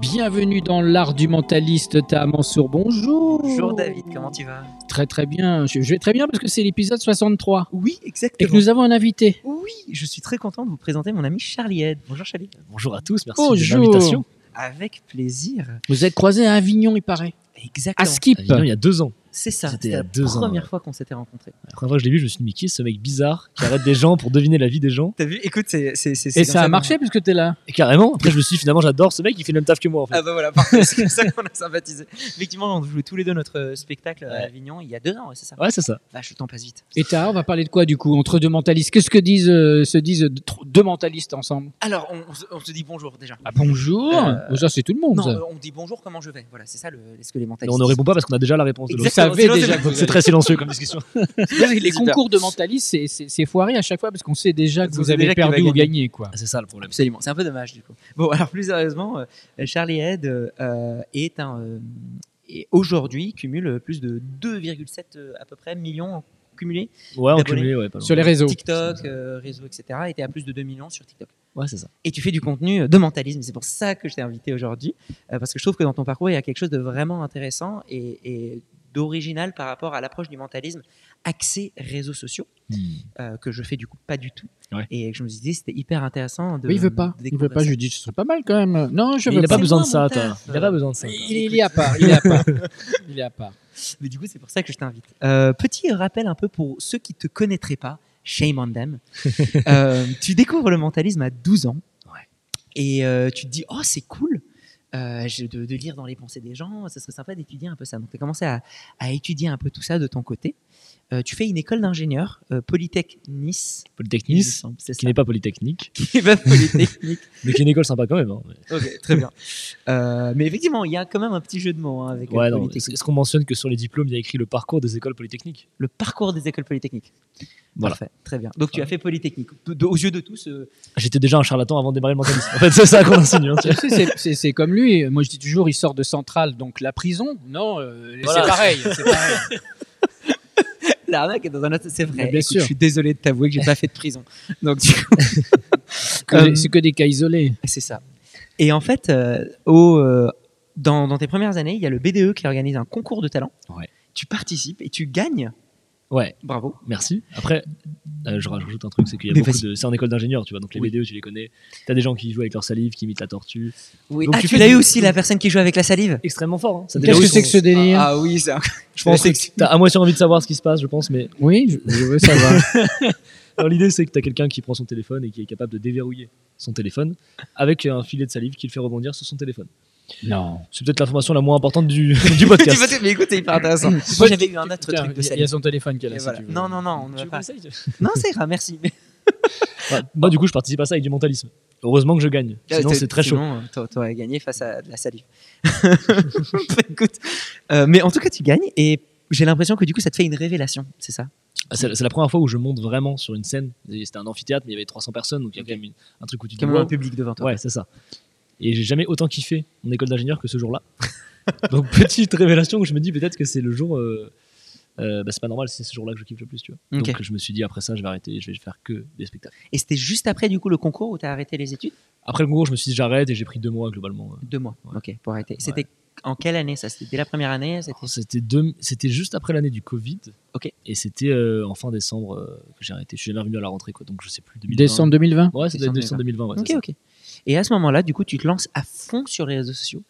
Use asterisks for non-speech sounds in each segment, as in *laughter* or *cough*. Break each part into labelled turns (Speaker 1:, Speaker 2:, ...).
Speaker 1: Bienvenue dans l'art du mentaliste, Taha Mansour. Bonjour.
Speaker 2: Bonjour David, comment tu vas
Speaker 1: Très très bien. Je je vais très bien parce que c'est l'épisode 63
Speaker 2: Oui,
Speaker 1: et
Speaker 2: exactement.
Speaker 1: que nous avons un invité.
Speaker 2: Oui, je suis très content de vous présenter mon ami Charlie Head. Bonjour Charlie.
Speaker 3: Bonjour à tous, merci
Speaker 1: Bonjour.
Speaker 3: de l'invitation.
Speaker 2: Avec plaisir.
Speaker 1: Vous êtes croisé à Avignon, il paraît. À
Speaker 2: Exactement.
Speaker 1: Skip.
Speaker 3: Avignon, il y a deux ans.
Speaker 2: C'est ça,
Speaker 3: Ah,
Speaker 2: c'était
Speaker 3: C'était il y a
Speaker 2: la
Speaker 3: deux ans,
Speaker 2: première
Speaker 3: ouais.
Speaker 2: fois qu'on s'était rencontrés.
Speaker 3: La première fois que je l'ai vu, je me suis dit, mais qui est ce mec bizarre qui arrête des gens pour deviner la vie des gens
Speaker 2: T'as vu Écoute, c'est. c'est- c'est- c'est
Speaker 1: Et
Speaker 2: comme
Speaker 1: ça a
Speaker 2: qu'on-
Speaker 1: marché puisque t'es là.
Speaker 3: Et carrément, après je me suis dit, finalement, j'adore ce mec, il fait le même taf que moi. En fait.
Speaker 2: Ah bah voilà, parfait, *laughs* c'est comme ça qu'on a sympathisé. Effectivement, on jouait tous les deux notre euh, spectacle à
Speaker 3: Ouais.
Speaker 2: Avignon il y a deux ans, ouais, c'est ça
Speaker 3: Ouais, c'est ça.
Speaker 2: Bah, je t'en passe vite.
Speaker 1: Et Taha, on va parler de quoi du coup entre deux mentalistes Qu'est-ce que disent, euh, se disent euh, tr- deux mentalistes ensemble
Speaker 2: Alors, on, on se- on se dit bonjour déjà.
Speaker 1: ah, Bonjour.
Speaker 2: Euh,
Speaker 1: Ça c'est tout le monde.
Speaker 2: Non,
Speaker 1: ça.
Speaker 2: euh, on dit bonjour, comment je vais Voilà, c'est ça le, ce que les
Speaker 3: Mais
Speaker 2: mentalistes.
Speaker 3: on ne répond pas parce qu'on a déjà la réponse de
Speaker 1: Vous
Speaker 3: l'autre.
Speaker 2: exactement,
Speaker 1: savez
Speaker 2: sinon,
Speaker 1: déjà.
Speaker 2: c'est-
Speaker 1: que vous
Speaker 3: C'est
Speaker 1: allez-
Speaker 3: très silencieux comme discussion.
Speaker 2: *laughs* disent.
Speaker 1: Les
Speaker 2: Super.
Speaker 1: concours de mentalistes, c'est- c'est c'est foiré à chaque fois parce qu'on sait déjà que
Speaker 2: Vous
Speaker 1: vous
Speaker 2: savez
Speaker 1: avez
Speaker 2: déjà qui va
Speaker 1: perdu ou
Speaker 2: gagner.
Speaker 1: gagné quoi.
Speaker 3: Ah, c'est ça le problème.
Speaker 2: Absolument, c'est un peu dommage du coup. Bon, *laughs* alors plus sérieusement, euh, Charlie Head euh, euh, est un euh, et aujourd'hui cumule plus de 2,7 euh, à peu près millions cumulés
Speaker 3: Ouais, on
Speaker 2: D'abonnés.
Speaker 3: cumulé, ouais, pas loin.
Speaker 1: Sur les réseaux.
Speaker 2: TikTok, euh, réseau, etc. Et t'es à plus de 2 millions sur TikTok.
Speaker 3: Ouais, c'est ça.
Speaker 2: Et tu fais du contenu euh, de mentalisme, c'est pour ça que je t'ai invité aujourd'hui, euh, parce que je trouve que dans ton parcours il y a quelque chose de vraiment intéressant et, et d'original par rapport à l'approche du mentalisme axé réseaux sociaux euh, que je fais du coup pas du tout.
Speaker 3: Ouais.
Speaker 2: Et je me suis dit c'était hyper intéressant de.
Speaker 1: Mais il veut pas.
Speaker 2: de
Speaker 1: Il veut
Speaker 2: découvrir
Speaker 1: pas.
Speaker 2: ça.
Speaker 1: Je lui dis ce serait pas mal quand même. Non, je
Speaker 3: Mais
Speaker 1: veux
Speaker 3: il
Speaker 1: pas.
Speaker 3: n'a pas
Speaker 2: C'est
Speaker 3: besoin de
Speaker 2: moi,
Speaker 3: ça,
Speaker 2: mon
Speaker 3: toi.
Speaker 2: taf.
Speaker 3: Il n'a pas besoin de ça.
Speaker 1: Il, il est à part. Il est à part. *laughs* Il est à part.
Speaker 2: Mais du coup, c'est pour ça que je t'invite. Euh, petit rappel un peu pour ceux qui te connaîtraient pas, shame on
Speaker 3: *laughs*
Speaker 2: them. Euh, tu découvres le mentalisme à 12 ans. Et euh, tu te dis, oh, c'est cool euh, je- de, de lire dans les pensées des gens, ça serait sympa d'étudier un peu ça. Donc, tu as commencé à, à étudier un peu tout ça de ton côté. Euh, tu fais une école d'ingénieur, euh, Polytech Nice. il me
Speaker 3: Polytechnice,
Speaker 2: semble, c'est
Speaker 3: qui
Speaker 2: ça.
Speaker 3: n'est pas Polytechnique,
Speaker 2: Qui est *laughs* pas
Speaker 3: *laughs*
Speaker 2: Polytechnique.
Speaker 3: mais qui est une école sympa quand même. hein. Mais-
Speaker 2: ok, très bien. Euh, mais effectivement, il y a quand même un petit jeu de mots hein, avec euh,
Speaker 3: Ouais, non,
Speaker 2: Polytech-
Speaker 3: Est-ce est-ce qu'on mentionne que sur les diplômes, il y a écrit le parcours des écoles polytechniques
Speaker 2: le parcours des écoles polytechniques.
Speaker 3: Voilà.
Speaker 2: Parfait, très bien. Donc tu as fait polytechnique. De- de- aux yeux de tous, euh,
Speaker 3: J'étais déjà un charlatan avant de démarrer le mentalisme. En fait, c'est ça qu'on enseigne. hein, tu
Speaker 1: Tu sais, c'est- c'est- C'est comme lui. Moi, je dis toujours, il sort de centrale, donc la prison. Non, euh,
Speaker 3: Voilà.
Speaker 1: c'est pareil. c'est pareil.
Speaker 2: *laughs* l'arnaque est dans un autre. C'est vrai.
Speaker 1: Mais bien
Speaker 2: Écoute,
Speaker 1: sûr.
Speaker 2: Je suis désolé de t'avouer que j'ai pas fait de prison. *laughs* Donc du coup,
Speaker 1: C'est que,
Speaker 2: Euh,
Speaker 1: des- c'est que des cas isolés.
Speaker 2: c'est ça. Et en fait, euh, au, euh, dans, dans tes premières années, il y a le BDE qui organise un concours de talent.
Speaker 3: Ouais.
Speaker 2: Tu participes et tu gagnes.
Speaker 3: vois. Ouais.
Speaker 2: Bravo.
Speaker 3: Merci. Après, euh, je rajoute un truc, c'est qu'il y a
Speaker 2: Mais
Speaker 3: beaucoup
Speaker 2: vas-y.
Speaker 3: de. C'est en école d'ingénieur, tu vois, donc les
Speaker 2: Oui.
Speaker 3: BDE, tu les connais. T'as des gens qui jouent avec leur salive, qui imitent la tortue.
Speaker 2: Oui.
Speaker 3: Donc,
Speaker 2: ah,
Speaker 3: tu
Speaker 2: tu,
Speaker 3: fais
Speaker 2: l'as
Speaker 3: du-
Speaker 2: eu aussi la personne qui joue avec la salive.
Speaker 3: Extrêmement fort. Hein. Ça
Speaker 1: Qu'est-ce
Speaker 3: déjà,
Speaker 1: que
Speaker 3: ils
Speaker 1: c'est que ce
Speaker 3: sont-
Speaker 1: délire
Speaker 2: Ah, ah
Speaker 1: *laughs*
Speaker 2: oui, ça.
Speaker 3: Je pense
Speaker 2: c'est- *laughs*
Speaker 3: que t'as à moitié envie de savoir ce qui se passe, je pense, mais
Speaker 1: Oui, je, je veux *laughs* savoir.
Speaker 3: Alors, l'idée, c'est que t'as quelqu'un qui prend son téléphone et qui est capable de déverrouiller son téléphone avec un filet de salive qui le fait rebondir sur son téléphone.
Speaker 1: non.
Speaker 3: C'est peut-être l'information la moins importante du, *laughs* du podcast.
Speaker 2: Mais écoute, c'est
Speaker 1: *laughs*
Speaker 2: hyper intéressant. Moi, j'avais eu un autre
Speaker 1: Tiens,
Speaker 2: truc de
Speaker 1: il y a- Il y a
Speaker 2: salive.
Speaker 1: son téléphone qu'elle
Speaker 2: Et
Speaker 1: a. si
Speaker 2: voilà.
Speaker 1: tu veux.
Speaker 2: Non, non, non, on ne
Speaker 3: Tu
Speaker 2: va
Speaker 3: veux
Speaker 2: pas.
Speaker 3: qu'on essaye
Speaker 2: Non, c'est ira, merci.
Speaker 3: Bah, Moi, du coup, je participe à ça avec du mentalisme. Heureusement que je gagne. Sinon, Ah, c'est très chaud.
Speaker 2: Sinon, euh, t'a- t'aurais gagné face à de la salive. *laughs* Bah, écoute, euh, mais en tout cas, tu gagnes et j'ai l'impression que du coup, ça te fait une révélation, c'est ça
Speaker 3: Ah, C'est c'est la première fois où je monte vraiment sur une scène. Et C'était un amphithéâtre, mais il y avait 300 personnes, donc il y a quand même une- un truc où tu te dis,
Speaker 2: Comme
Speaker 3: wow.
Speaker 2: un public devant toi.
Speaker 3: Ouais, c'est ça. Et j'ai jamais autant kiffé mon école d'ingénieur que ce jour-là. *laughs* Donc petite révélation où je me dis peut-être que c'est le jour. euh, euh, bah, c'est pas normal, c'est ce jour-là que je kiffe le plus, tu vois.
Speaker 2: Ok.
Speaker 3: Donc je me suis dit après ça, je vais arrêter, je vais faire que des spectacles.
Speaker 2: Et c'était juste après du coup le concours où tu as arrêté les études
Speaker 3: Après le concours, je me suis dit j'arrête et j'ai pris deux mois globalement.
Speaker 2: Deux mois,
Speaker 3: Ouais.
Speaker 2: ok, pour arrêter. C'était en quelle année ça C'était dès la première année c'était-
Speaker 3: C'était deux, c'était juste après l'année du Covid.
Speaker 2: Ok.
Speaker 3: Et c'était euh, en fin décembre euh, que j'ai arrêté. Je suis jamais revenu à la rentrée, quoi. Donc je sais plus. 2020.
Speaker 1: Décembre 2020.
Speaker 3: Ouais, c'était
Speaker 2: Décembre
Speaker 3: décembre 2020. ouais,
Speaker 2: Ok,
Speaker 3: c'est ça.
Speaker 2: ok. Et à ce moment-là, du coup, tu te lances à fond sur les réseaux sociaux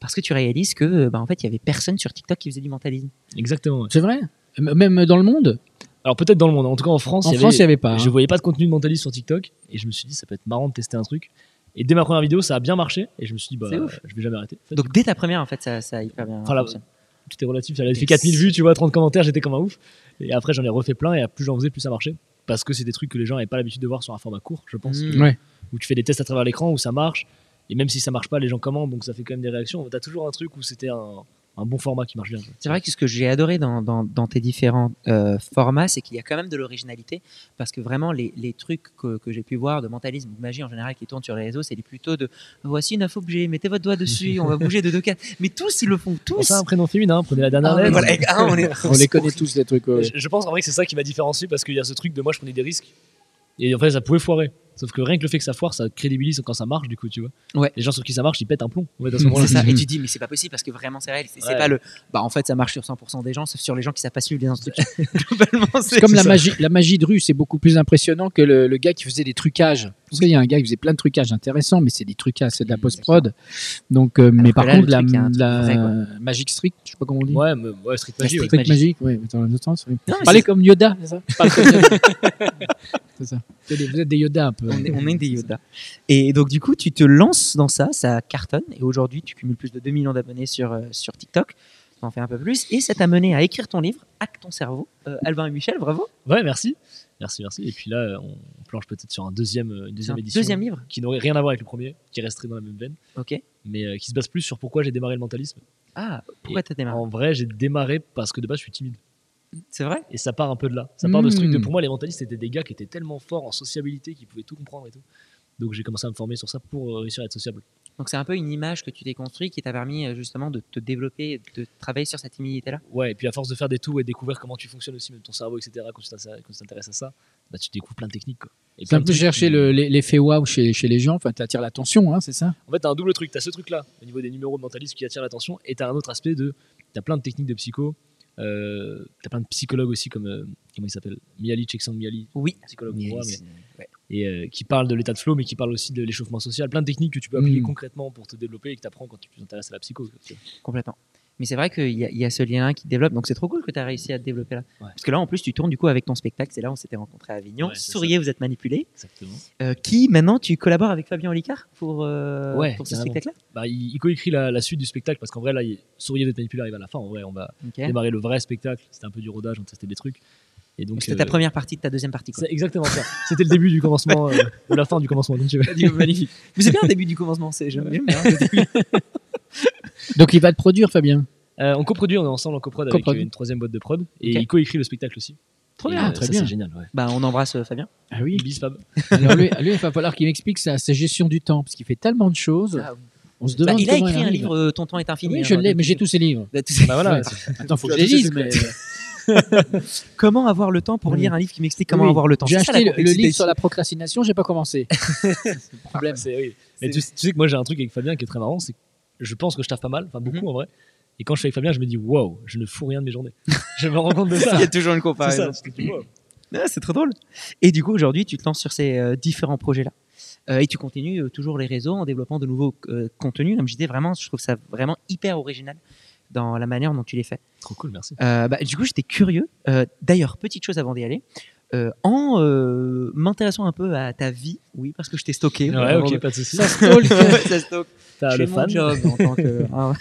Speaker 2: parce que tu réalises que euh, bah, en fait, il y avait personne sur TikTok qui faisait du mentalisme.
Speaker 3: Exactement. ouais.
Speaker 1: C'est vrai. M- Même dans le monde.
Speaker 3: Alors peut-être dans le monde. En tout cas en France.
Speaker 1: En
Speaker 3: il y avait-
Speaker 1: France, il n'y avait pas.
Speaker 2: Ah.
Speaker 1: hein.
Speaker 3: Je voyais pas de contenu de mentaliste sur TikTok et je me suis dit ça peut être marrant de tester un truc. Et dès ma première vidéo, ça a bien marché et je me suis dit bah
Speaker 2: C'est ouf.
Speaker 3: je vais jamais arrêter. En fait,
Speaker 2: Donc dès ta première, en fait, ça, ça a hyper bien.
Speaker 3: Enfin, la-
Speaker 2: fonctionné.
Speaker 3: tout est relatif. J'avais fait 4000 vues, tu vois, 30 commentaires, j'étais comme un ouf. Et après j'en ai refait plein et plus j'en faisais, plus ça marchait. Parce que c'est des trucs que les gens n'avaient pas l'habitude de voir sur un format court, je pense.
Speaker 2: Mm.
Speaker 3: que-
Speaker 1: Ouais.
Speaker 3: Où tu fais des tests à travers l'écran, où ça marche. Et même si ça marche pas, les gens commentent, donc ça fait quand même des réactions. T'as toujours un truc où c'était un, un bon format qui marche bien.
Speaker 2: C'est vrai que ce que j'ai adoré dans, dans- dans tes différents euh, formats, c'est qu'il y a quand même de l'originalité, parce que vraiment les, les trucs que, que j'ai pu voir de mentalisme ou de magie en général qui tournent sur les réseaux, c'est plutôt de Oh, voici une info objet, mettez votre doigt
Speaker 1: *laughs*
Speaker 2: dessus, on va bouger de deux cas. Mais tous ils le font,
Speaker 3: Pour
Speaker 2: tous.
Speaker 3: ça, un prénom féminin, prenez la dernière
Speaker 2: Ah,
Speaker 3: lettre.
Speaker 2: voilà, et- ah, on, est-
Speaker 1: *laughs* On les connaît tous les trucs. ouais, ouais.
Speaker 3: Je, je pense en vrai que c'est ça qui m'a différencié parce qu'il y a ce truc de moi je prenais des risques et en fait ça pouvait foirer. Sauf que rien que le fait que ça foire, ça crédibilise quand ça marche, du coup, tu vois.
Speaker 2: Ouais.
Speaker 3: Les gens sur qui ça marche, ils pètent un plomb. En fait, à ce
Speaker 2: *laughs* *laughs*
Speaker 3: moment-là.
Speaker 2: C'est ça. Et tu dis, mais c'est pas possible parce que vraiment, c'est réel. C'est c'est
Speaker 3: Ouais.
Speaker 2: pas le. Bah, en fait, ça marche sur 100% des gens, sauf sur les gens qui savent pas suivre les instructions.
Speaker 1: *laughs*
Speaker 2: Globalement,
Speaker 1: C'est comme la magie, la magie de rue, c'est beaucoup plus impressionnant que le, le gars qui faisait des trucages. Parce qu'il y a un gars qui faisait plein de trucages intéressants, mais c'est des trucages, c'est de la post-prod. Donc, euh, mais
Speaker 2: que
Speaker 1: par
Speaker 2: là,
Speaker 1: contre,
Speaker 2: le
Speaker 1: la,
Speaker 2: truc, il y a un truc
Speaker 1: la
Speaker 2: vrai,
Speaker 1: Magic Street, je sais pas comment on dit.
Speaker 3: Ouais, mais- ouais, Street Magic.
Speaker 2: Street
Speaker 3: ouais.
Speaker 1: Trick magique, oui, mais dans l'autre sens. oui.
Speaker 2: Non, mais
Speaker 1: Parlez comme Yoda, c'est ça Parlez comme Yoda. *laughs* C'est ça. Vous êtes des- vous êtes des Yoda un peu.
Speaker 2: On est, on est
Speaker 3: *laughs*
Speaker 2: des Yoda. Et donc, du coup, tu te lances dans ça, ça cartonne. Et aujourd'hui, tu cumules plus de 2 millions d'abonnés sur, euh, sur TikTok. Tu en fais un peu plus. Et ça t'a mené à écrire ton livre, Hack ton cerveau. Euh, Alvin et Michel, bravo.
Speaker 3: Ouais, merci. Merci, merci. Et puis là, euh, on on planche peut-être sur un deuxième, euh, une
Speaker 2: C'est un
Speaker 3: deuxième édition.
Speaker 2: Deuxième livre.
Speaker 3: Qui n'aurait rien à voir avec le premier, qui resterait dans la même veine,
Speaker 2: Ok.
Speaker 3: mais euh, qui se base plus sur pourquoi j'ai démarré le mentalisme.
Speaker 2: Ah, pourquoi t'as démarré
Speaker 3: En vrai, j'ai démarré parce que de base, je suis timide.
Speaker 2: C'est vrai
Speaker 3: Et ça part un peu de là. Ça part de ce truc de
Speaker 1: Hmm.
Speaker 3: pour moi, les mentalistes étaient des gars qui étaient tellement forts en sociabilité qu'ils pouvaient tout comprendre et tout. Donc j'ai commencé à me former sur ça pour euh, réussir à être sociable.
Speaker 2: Donc, c'est un peu une image que tu t'es construite qui t'a permis euh, justement de te développer, de travailler sur cette timidité-là.
Speaker 3: Ouais, et puis à force de faire des tours et découvrir comment tu fonctionnes aussi, même ton cerveau, etc., quand tu t'intéresses quand tu t'intéresses à ça, bah, tu découvres plein de techniques. Quoi. Et
Speaker 1: C'est
Speaker 3: plein
Speaker 1: un
Speaker 3: de
Speaker 1: peu
Speaker 3: trucs
Speaker 1: chercher
Speaker 3: qui-
Speaker 1: le- l'e- l'effet waouh chez, chez les gens, enfin, t'attires l'attention, hein, c'est ça
Speaker 3: En fait, t'as un double truc. T'as ce truc-là, au niveau des numéros de mentalistes qui attirent l'attention, et t'as un autre aspect de. T'as plein de techniques de psycho. Euh, t'as plein de psychologues aussi, comme. euh, comment il s'appelle Miali, Csikszentmihalyi,
Speaker 2: Oui.
Speaker 3: psychologue hongrois, mais- et euh, qui parle de l'état de flow, mais qui parle aussi de l'échauffement social. Plein de techniques que tu peux appliquer
Speaker 1: Mm.
Speaker 3: concrètement pour te développer et que t'apprends quand tu t'intéresses à la psycho. quoi, tu vois.
Speaker 2: Complètement. Mais c'est vrai qu'il y, a- il y a ce lien qui te développe. Donc c'est trop cool que tu as réussi à te développer là.
Speaker 3: Ouais.
Speaker 2: Parce que là, en plus, tu tournes du coup avec ton spectacle. C'est là où on s'était rencontrés à Avignon.
Speaker 3: Ouais, c'est
Speaker 2: Souriez, vous êtes manipulé.
Speaker 3: Exactement.
Speaker 2: Euh, qui maintenant tu collabores avec Fabien Olicard pour, euh,
Speaker 3: Ouais,
Speaker 2: pour ce
Speaker 3: carrément.
Speaker 2: spectacle-là
Speaker 3: Bah, il, il coécrit la, la suite du spectacle parce qu'en vrai, là, il, Souriez d'être manipulé arrive à la fin. En vrai, on va
Speaker 2: Ok.
Speaker 3: démarrer le vrai spectacle. C'était un peu du rodage, on testait des trucs. Et
Speaker 1: bah,
Speaker 3: donc,
Speaker 2: C'était
Speaker 3: euh,
Speaker 2: ta première partie de ta deuxième partie. Quoi.
Speaker 3: C'est exactement ça. C'était le début du commencement, euh, de la fin du commencement. comme tu veux.
Speaker 2: magnifique. Mais c'est bien le début du commencement. C'est j'aime bien. hein, le début.
Speaker 1: *laughs* Donc il va te produire, Fabien.
Speaker 3: Euh, on coproduit, on est ensemble en coprod avec
Speaker 1: Coprod.
Speaker 3: euh, une troisième boîte de prod et
Speaker 2: Ok.
Speaker 3: il coécrit le spectacle aussi.
Speaker 1: Trop
Speaker 3: Et,
Speaker 1: bien,
Speaker 3: euh,
Speaker 1: très
Speaker 3: ça,
Speaker 1: bien.
Speaker 3: C'est génial. Ouais.
Speaker 2: bah, on embrasse euh, Fabien.
Speaker 1: Ah oui.
Speaker 3: Bis, Fab.
Speaker 1: Alors lui, lui, il va falloir qu'il m'explique sa, sa gestion du temps, parce qu'il fait tellement de choses.
Speaker 2: Ah,
Speaker 1: On se
Speaker 2: bah,
Speaker 1: demande
Speaker 2: il a
Speaker 1: comment
Speaker 2: écrit un
Speaker 1: arrive.
Speaker 2: livre, euh, Ton temps est infini.
Speaker 1: Oui, je
Speaker 2: hein,
Speaker 1: l'ai,
Speaker 2: donc,
Speaker 1: mais j'ai
Speaker 2: euh,
Speaker 1: tous ses livres.
Speaker 2: bah, tout
Speaker 1: *laughs*
Speaker 2: ça.
Speaker 3: Bah voilà.
Speaker 1: Attends, faut que je
Speaker 3: Tu
Speaker 1: les
Speaker 3: as tous
Speaker 1: lise.
Speaker 3: ces-
Speaker 1: mais- euh,
Speaker 2: Comment avoir le temps pour
Speaker 1: Oui.
Speaker 2: lire un livre qui m'explique comment
Speaker 1: Oui.
Speaker 2: avoir le temps
Speaker 1: J'ai
Speaker 2: C'est ça,
Speaker 1: acheté le,
Speaker 2: la
Speaker 1: le
Speaker 2: complexité.
Speaker 1: livre sur la procrastination, j'ai pas commencé.
Speaker 3: Le problème, c'est oui. Mais tu, tu sais que moi j'ai un truc avec Fabien qui est très marrant, c'est que je pense que je taffe pas mal, enfin beaucoup en vrai. Et quand je suis avec Fabien, je me dis waouh, je ne fous rien de mes *laughs* journées. je me rends compte de ça.
Speaker 2: Il y a toujours hein. une
Speaker 3: *laughs* C'est
Speaker 2: comparaison.
Speaker 3: ça. tu te dis, wow.
Speaker 2: Ah, c'est très drôle. Et du coup, aujourd'hui, tu te lances sur ces euh, différents projets-là. Euh, et tu continues euh, toujours les réseaux en développant de nouveaux euh, contenus. Comme je disais, vraiment, je trouve ça vraiment hyper original dans la manière dont tu les fais.
Speaker 3: Trop cool, merci.
Speaker 2: Euh, bah, du coup, j'étais curieux. Euh, D'ailleurs, petite chose avant d'y aller. Euh, en euh, m'intéressant un peu à ta vie, oui, parce que je t'ai stocké.
Speaker 3: Ouais,
Speaker 2: Vraiment, *laughs*
Speaker 3: ok, *laughs*
Speaker 2: de-
Speaker 3: pas de soucis.
Speaker 1: Ça stalk.
Speaker 2: ça stocke.
Speaker 3: T'as
Speaker 2: J'ai
Speaker 3: le
Speaker 2: mon
Speaker 3: fan.
Speaker 2: job en tant
Speaker 3: *laughs*
Speaker 2: que- Ah,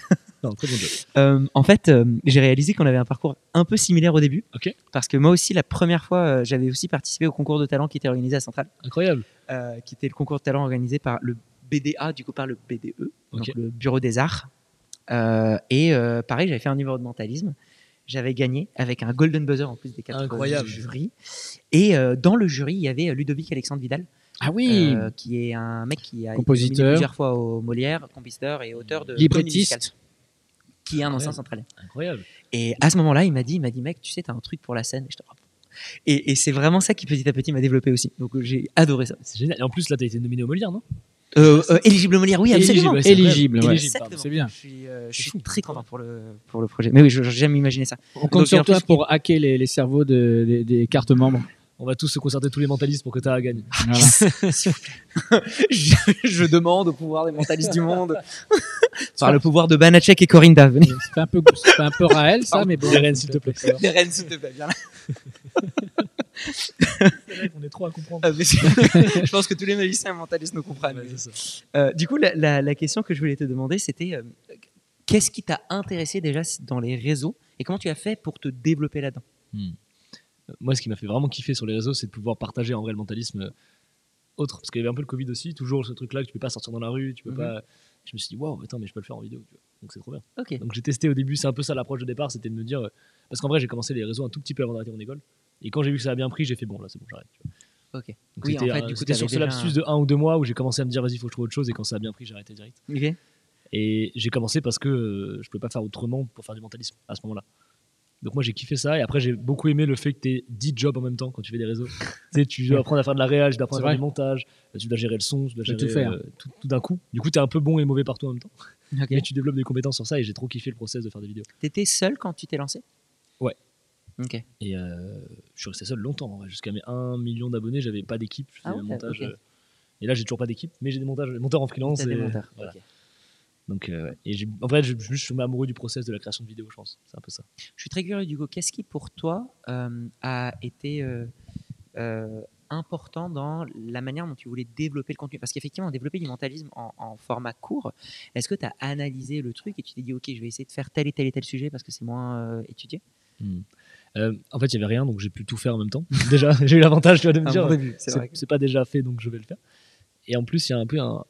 Speaker 3: Non, très bon job.
Speaker 2: euh, en fait, euh, j'ai réalisé qu'on avait un parcours un peu similaire au début.
Speaker 3: Ok.
Speaker 2: Parce que moi aussi, la première fois, euh, j'avais aussi participé au concours de talent qui était organisé à Centrale,
Speaker 3: Incroyable.
Speaker 2: euh, qui était le concours de talent organisé par le BDA, du coup par le BDE, donc
Speaker 3: Ok.
Speaker 2: le Bureau des Arts. Euh, et euh, pareil, j'avais fait un numéro de mentalisme. J'avais gagné avec un golden buzzer en plus des quatre
Speaker 3: Incroyable.
Speaker 2: euh, jurys. Et euh, dans le jury, il y avait Ludovic Alexandre Vidal,
Speaker 1: Ah oui,
Speaker 2: euh, qui est un mec qui a été
Speaker 1: Compositeur.
Speaker 2: nominé plusieurs fois au Molière, compositeur et auteur de comédie musicale,
Speaker 1: librettiste.
Speaker 2: qui est un ancien
Speaker 3: Ouais.
Speaker 2: centralien.
Speaker 3: Incroyable.
Speaker 2: Et à ce moment-là, il m'a dit, il m'a dit, mec, tu sais, t'as un truc pour la scène. Et, je te rappe. et, et c'est vraiment ça qui petit à petit m'a développé aussi. Donc euh, j'ai adoré ça.
Speaker 3: C'est génial. Et en plus, là, t'as été nominé au Molière, non
Speaker 2: Euh, euh, éligible au Molière, oui, absolument.
Speaker 3: Éligible, ouais, c'est
Speaker 1: Éligible,
Speaker 3: incroyable.
Speaker 1: ouais.
Speaker 3: Éligible, pardon.
Speaker 2: Exactement.
Speaker 1: c'est bien.
Speaker 2: Je suis, euh, je
Speaker 3: C'est
Speaker 2: suis
Speaker 3: fou.
Speaker 2: très content pour le, pour le projet. Mais oui, je- j'aurais jamais imaginé ça.
Speaker 1: On compte
Speaker 2: Donc,
Speaker 1: sur
Speaker 2: en plus,
Speaker 1: toi pour hacker les, les cerveaux de- des, des cartes membres.
Speaker 3: On va tous se concerter tous les mentalistes pour que t'as gagne.
Speaker 1: Voilà.
Speaker 2: Ah, *laughs* je, je demande au pouvoir des mentalistes du monde. *laughs* Par le pouvoir de Banachek et Corinda, venez.
Speaker 1: C'est pas un peu, c'est pas un peu Raël,
Speaker 2: Ah,
Speaker 1: ça, mais bon.
Speaker 3: Des reines, s'il te plaît.
Speaker 2: Les reines, s'il te plaît, viens là.
Speaker 3: On est trois à comprendre.
Speaker 2: Euh, mais *laughs* Je je pense que tous les magiciens et mentalistes nous comprennent. Euh, du coup, la, la- la question que je voulais te demander, c'était euh, qu'est-ce qui t'a intéressé déjà dans les réseaux et comment tu as fait pour te développer là-dedans
Speaker 3: Euh, Moi, ce qui m'a fait vraiment kiffer sur les réseaux, c'est de pouvoir partager en vrai le mentalisme euh, autre. Parce qu'il y avait un peu le Covid aussi, toujours ce truc-là que tu peux pas sortir dans la rue, tu peux
Speaker 2: Mhm.
Speaker 3: pas. Je me suis dit, waouh, attends, mais je peux le faire en vidéo. tu vois. Donc c'est trop bien.
Speaker 2: Ok.
Speaker 3: Donc j'ai testé au début, c'est un peu ça l'approche de départ, c'était de me dire. euh, Parce qu'en vrai, j'ai commencé les réseaux un tout petit peu avant d'arrêter mon école. Et quand j'ai vu que ça a bien pris, j'ai fait bon, là, c'est bon, j'arrête. tu vois.
Speaker 2: Ok.
Speaker 3: Donc
Speaker 2: Oui,
Speaker 3: c'était
Speaker 2: en fait,
Speaker 3: un-
Speaker 2: du coup,
Speaker 3: c'était sur
Speaker 2: t'avais
Speaker 3: ce
Speaker 2: déjà
Speaker 3: lapsus de un ou deux mois où j'ai commencé à me dire, vas-y, faut que je trouve autre chose. Et quand ça a bien pris, j'ai arrêté direct. Et j'ai commencé parce que euh, je pouvais pas faire autrement pour faire du mentalisme à ce moment-là. Donc moi j'ai kiffé ça et après j'ai beaucoup aimé le fait que tu 10 jobs en même temps quand tu fais des réseaux. *laughs* tu sais, tu dois apprendre à faire de la réal, tu dois apprendre
Speaker 1: C'est
Speaker 3: à
Speaker 1: vrai.
Speaker 3: faire du montage, euh, tu dois gérer le son, tu dois
Speaker 1: Tu
Speaker 3: gérer
Speaker 1: dois tout faire.
Speaker 3: euh, tout, tout d'un coup. Du coup, tu es un peu bon et mauvais partout en même temps.
Speaker 2: Ok.
Speaker 3: Et tu développes des compétences sur ça et j'ai trop kiffé le process de faire des vidéos.
Speaker 2: T'étais seul quand tu t'es lancé
Speaker 3: Ouais.
Speaker 2: Ok.
Speaker 3: Et euh, je suis resté seul longtemps, en vrai. jusqu'à mes 1 million d'abonnés, j'avais pas d'équipe, je faisais
Speaker 2: Ah
Speaker 3: des
Speaker 2: ouais,
Speaker 3: montages,
Speaker 2: ok.
Speaker 3: euh, Et là, j'ai toujours pas d'équipe, mais j'ai des montages, des monteurs en freelance.
Speaker 2: T'as
Speaker 3: et-
Speaker 2: des monteurs.
Speaker 3: voilà.
Speaker 2: Ok.
Speaker 3: Donc, euh, ouais. Et j'ai- en fait, je, je suis tombé amoureux du process de la création de vidéos, je pense. C'est un peu ça.
Speaker 2: Je suis très curieux, Hugo. Qu'est-ce qui, pour toi, euh, a été euh, euh, important dans la manière dont tu voulais développer le contenu Parce qu'effectivement, développer du mentalisme en, en format court, est-ce que tu as analysé le truc et tu t'es dit, OK, je vais essayer de faire tel et tel et tel sujet parce que c'est moins euh, étudié
Speaker 3: Euh, en fait, il y avait rien, donc j'ai pu tout faire en même temps. *laughs* Déjà, j'ai eu l'avantage tu vois, de me
Speaker 2: Un
Speaker 3: dire,
Speaker 2: bon début, c'est
Speaker 3: c'est
Speaker 2: vrai.
Speaker 3: c'est pas déjà fait, donc je vais le faire. Et en plus, il y a un peu un,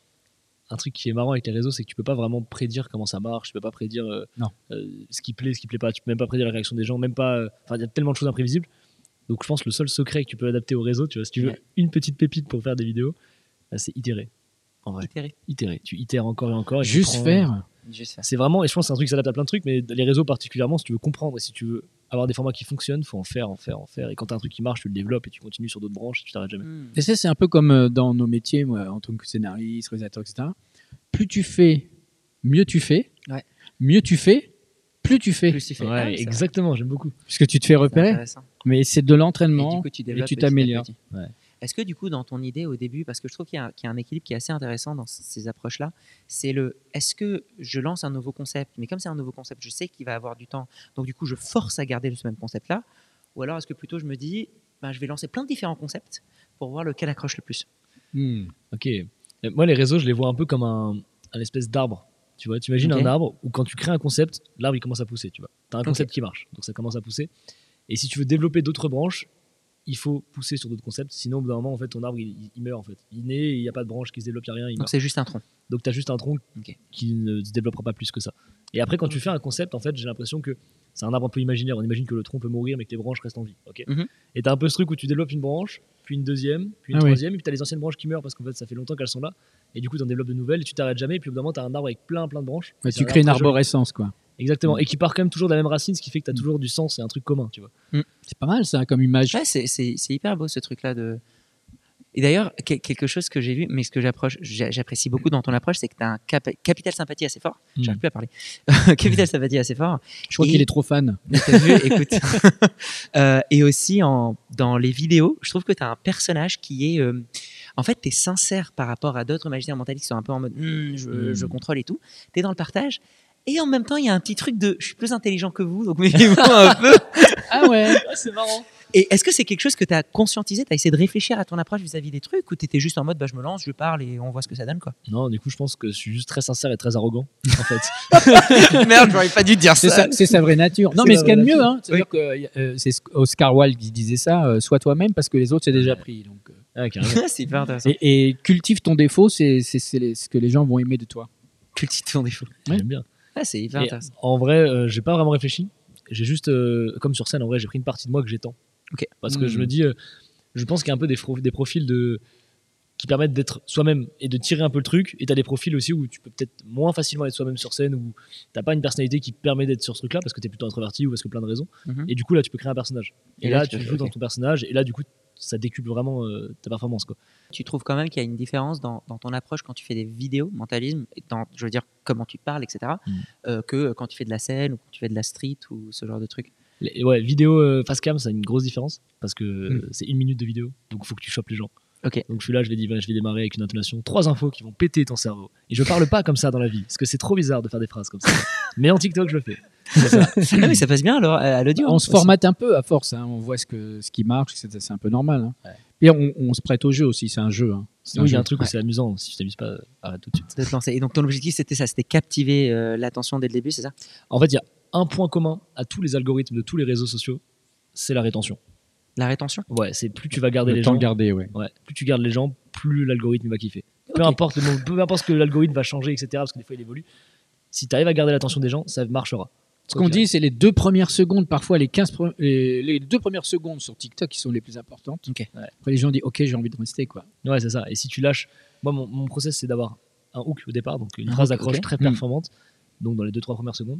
Speaker 3: un truc qui est marrant avec les réseaux, c'est que tu peux pas vraiment prédire comment ça marche, tu peux pas prédire euh,
Speaker 1: Non.
Speaker 3: euh, ce qui plaît, ce qui plaît pas, tu peux même pas prédire la réaction des gens, même pas. euh, Enfin, il y a tellement de choses imprévisibles. Donc, je pense que le seul secret que tu peux adapter au réseau, tu vois, si tu veux
Speaker 2: Ouais.
Speaker 3: une petite pépite pour faire des vidéos, bah, c'est itérer, Ouais.
Speaker 2: Itérer.
Speaker 3: itérer. Tu itères encore et encore. et tu
Speaker 1: Juste
Speaker 3: prends-
Speaker 1: faire.
Speaker 2: Juste faire.
Speaker 3: C'est vraiment, et je pense que c'est un truc qui s'adapte à plein de trucs, mais les réseaux particulièrement, si tu veux comprendre et si tu veux avoir des formats qui fonctionnent, faut en faire, en faire, en faire. Et quand t'as un truc qui marche, tu le développes et tu continues sur d'autres branches et tu t'arrêtes jamais.
Speaker 2: Hmm.
Speaker 1: Et ça, c'est un peu comme euh, dans nos métiers, moi, en tant que scénariste, réalisateur, etc. Plus tu fais, mieux tu fais.
Speaker 2: Ouais.
Speaker 1: Mieux tu fais, plus tu fais.
Speaker 2: Plus tu fais.
Speaker 3: Ouais,
Speaker 2: Ah oui, c'est vrai.
Speaker 3: exactement, j'aime beaucoup.
Speaker 1: Puisque tu te fais
Speaker 2: C'est
Speaker 1: repérer.
Speaker 2: intéressant.
Speaker 1: Mais c'est de
Speaker 2: Et du
Speaker 1: l'entraînement.
Speaker 2: coup, tu développes
Speaker 1: tu
Speaker 2: petit à
Speaker 1: t'améliores.
Speaker 2: petit.
Speaker 3: Ouais.
Speaker 2: Est-ce que du coup, dans ton idée au début, parce que je trouve qu'il y, a un- qu'il y a un équilibre qui est assez intéressant dans c- ces approches-là, c'est le est-ce que je lance un nouveau concept, mais comme c'est un nouveau concept, je sais qu'il va avoir du temps, donc du coup, je force à garder ce même concept-là, ou alors est-ce que plutôt je me dis, ben, je vais lancer plein de différents concepts pour voir lequel accroche le plus
Speaker 1: Hmm.
Speaker 3: Ok. Euh, Moi, les réseaux, je les vois un peu comme un, un espèce d'arbre. Tu vois, tu imagines
Speaker 2: Ok.
Speaker 3: un arbre où quand tu crées un concept, l'arbre il commence à pousser. Tu vois, t'as un concept qui marche, donc ça commence à pousser. Et si tu veux développer d'autres branches, il faut pousser sur d'autres concepts. Sinon, au bout d'un moment, en fait, ton arbre il, il- il meurt. En fait, il naît, il n'y a pas de branche qui se développe, il n'y a rien, il meurt.
Speaker 2: Donc c'est juste un tronc.
Speaker 3: Donc tu as juste un tronc
Speaker 2: Ok.
Speaker 3: qui ne se développera pas plus que ça. Et après, quand tu fais un concept, en fait, j'ai l'impression que c'est un arbre un peu imaginaire. On imagine que le tronc peut mourir, mais que les branches restent en vie. ok
Speaker 2: Mhm.
Speaker 3: Et tu as un peu ce truc où tu développes une branche, puis une deuxième, puis une
Speaker 1: Ah oui.
Speaker 3: troisième, et puis tu as les anciennes branches qui meurent parce qu'en fait, ça fait longtemps qu'elles sont là. Et du coup, tu en développes de nouvelles, et tu t'arrêtes jamais. Et puis au bout d'un moment, tu as un arbre avec plein, plein de branches.
Speaker 1: Ouais,
Speaker 3: C'est
Speaker 1: tu
Speaker 3: un
Speaker 1: crées une
Speaker 3: arbre très joli.
Speaker 1: arborescence, quoi.
Speaker 3: Exactement. Et qui part quand même toujours de la même racine, ce qui fait que tu as
Speaker 1: Mm.
Speaker 3: toujours du sens et un truc commun, tu vois.
Speaker 1: C'est pas mal, ça, comme image.
Speaker 2: Ouais, c'est, c'est- c'est hyper beau ce truc-là de. Et d'ailleurs, que- quelque chose que j'ai vu, mais ce que j'approche, j'a- j'apprécie beaucoup dans ton approche, c'est que tu as un cap- capital sympathie assez fort.
Speaker 3: Mhm.
Speaker 2: J'arrive plus à parler. *laughs* capital sympathie assez fort.
Speaker 1: Je crois
Speaker 2: Et-
Speaker 1: qu'il est trop fan.
Speaker 2: T'as vu, écoute. *laughs* Euh, et aussi, en, dans les vidéos, je trouve que tu as un personnage qui est. euh, en fait, tu es sincère par rapport à d'autres magiciens mentalistes qui sont un peu en mode Hmm, je, je contrôle et tout. Tu es dans le partage. Et en même temps, il y a un petit truc de je suis plus intelligent que vous, donc *laughs* méfiez-vous un peu.
Speaker 1: Ah ouais
Speaker 3: c'est marrant.
Speaker 2: Et est-ce que c'est quelque chose que tu as conscientisé Tu as essayé de réfléchir à ton approche vis-à-vis des trucs ou tu étais juste en mode bah, je me lance, je parle et on voit ce que ça donne quoi
Speaker 3: Non, du coup, je pense que je suis juste très sincère et très arrogant, en
Speaker 1: *laughs*
Speaker 3: fait.
Speaker 2: *laughs* Merde, j'aurais pas dû dire
Speaker 1: *laughs* C'est sa, c'est sa vraie nature. Non,
Speaker 3: C'est
Speaker 1: mais
Speaker 3: la
Speaker 1: ce qu'il y a de
Speaker 3: vraie
Speaker 1: mieux,
Speaker 3: nature.
Speaker 1: hein, c'est-à-dire que euh, c'est Oscar Wilde qui disait ça euh, sois toi-même parce que les autres, c'est déjà pris. Donc, euh,
Speaker 3: Ah,
Speaker 2: *laughs*
Speaker 3: carrément.
Speaker 2: c'est hyper intéressant.
Speaker 1: et, et cultive ton défaut, c'est c'est- c'est les- ce que les gens vont aimer de toi.
Speaker 2: Cultive ton défaut.
Speaker 1: Ouais.
Speaker 3: J'aime bien.
Speaker 2: Ah, c'est hyper
Speaker 3: Et
Speaker 2: intéressant.
Speaker 3: En vrai, euh, j'ai pas vraiment réfléchi. J'ai juste, euh, comme sur scène, en vrai, j'ai pris une partie de moi que j'étends.
Speaker 2: Ok.
Speaker 3: Parce que
Speaker 1: Hmm.
Speaker 3: je me dis, euh, je pense qu'il y a un peu des, fro- des profils de qui permettent d'être soi-même et de tirer un peu le truc. Et t'as des profils aussi où tu peux peut-être moins facilement être soi-même sur scène, où t'as pas une personnalité qui permet d'être sur ce truc-là parce que t'es plutôt introverti ou parce que plein de raisons.
Speaker 2: Mhm.
Speaker 3: Et du coup là, tu peux créer un personnage. Et, là, tu
Speaker 2: peux-
Speaker 3: joues dans
Speaker 2: ok.
Speaker 3: ton personnage. Et là, du coup, ça décuple vraiment euh, ta performance, quoi.
Speaker 2: Tu trouves quand même qu'il y a une différence dans, dans ton approche quand tu fais des vidéos, mentalisme, et dans, je veux dire, comment tu parles, etc.,
Speaker 3: Mm.
Speaker 2: euh, que quand tu fais de la scène ou quand tu fais de la street ou ce genre
Speaker 1: *laughs*
Speaker 2: de truc.
Speaker 3: Les- ouais, vidéo euh, face cam, ça a une grosse différence parce que euh,
Speaker 2: Mm.
Speaker 3: c'est une minute de vidéo, donc faut que tu chopes les gens.
Speaker 2: Ok.
Speaker 3: Donc je suis là, je vais, dire- je vais démarrer avec une intonation, trois infos qui vont péter ton cerveau. Et je parle pas comme ça dans la vie, parce que c'est trop bizarre de faire des phrases
Speaker 2: *laughs*
Speaker 3: comme ça. Mais en TikTok, je le fais.
Speaker 2: non, Ah, mais ça passe bien alors à- à l'audio. hein,
Speaker 1: on se
Speaker 2: Aussi.
Speaker 1: formate un peu à force, hein, on voit ce, que, ce qui marche, c'est c'est un peu normal. hein.
Speaker 3: Ouais.
Speaker 1: Et on, on se prête au jeu aussi, c'est un jeu. hein. C'est un
Speaker 3: Sinon, il y
Speaker 1: jeu.
Speaker 3: a un truc
Speaker 2: Ouais.
Speaker 3: où c'est amusant. Si tu t'amuses pas, euh, arrête tout de suite.
Speaker 2: de te lancer. Et donc ton objectif c'était ça, c'était captiver euh, l'attention dès le début, c'est ça
Speaker 3: En fait, il y a un point commun à tous les algorithmes de tous les réseaux sociaux, c'est la rétention.
Speaker 2: La rétention.
Speaker 3: Ouais, c'est plus tu vas garder
Speaker 1: le
Speaker 3: les
Speaker 1: temps
Speaker 3: gens,
Speaker 1: de garder, ouais.
Speaker 3: ouais, plus tu gardes les gens, plus l'algorithme va kiffer.
Speaker 2: Ok.
Speaker 3: peu importe le nom- peu importe ce que l'algorithme va changer, etc. Parce que des fois il évolue. Si tu arrives à garder l'attention des gens, ça marchera.
Speaker 1: Ce qu'on dit, c'est les deux premières secondes, parfois les 15 pre- les, les deux premières secondes sur TikTok qui sont les plus importantes.
Speaker 2: Ok.
Speaker 3: Ouais.
Speaker 1: Après, les gens disent Ok, j'ai envie de rester, quoi.
Speaker 3: Ouais, c'est ça. Et si tu lâches, moi mon, mon process c'est d'avoir un hook au départ, donc une
Speaker 2: Un
Speaker 3: phrase
Speaker 2: hook,
Speaker 3: d'accroche
Speaker 2: Ah, ok. Hmm.
Speaker 3: très
Speaker 1: Mm.
Speaker 3: performante, donc dans les 2-3 premières secondes.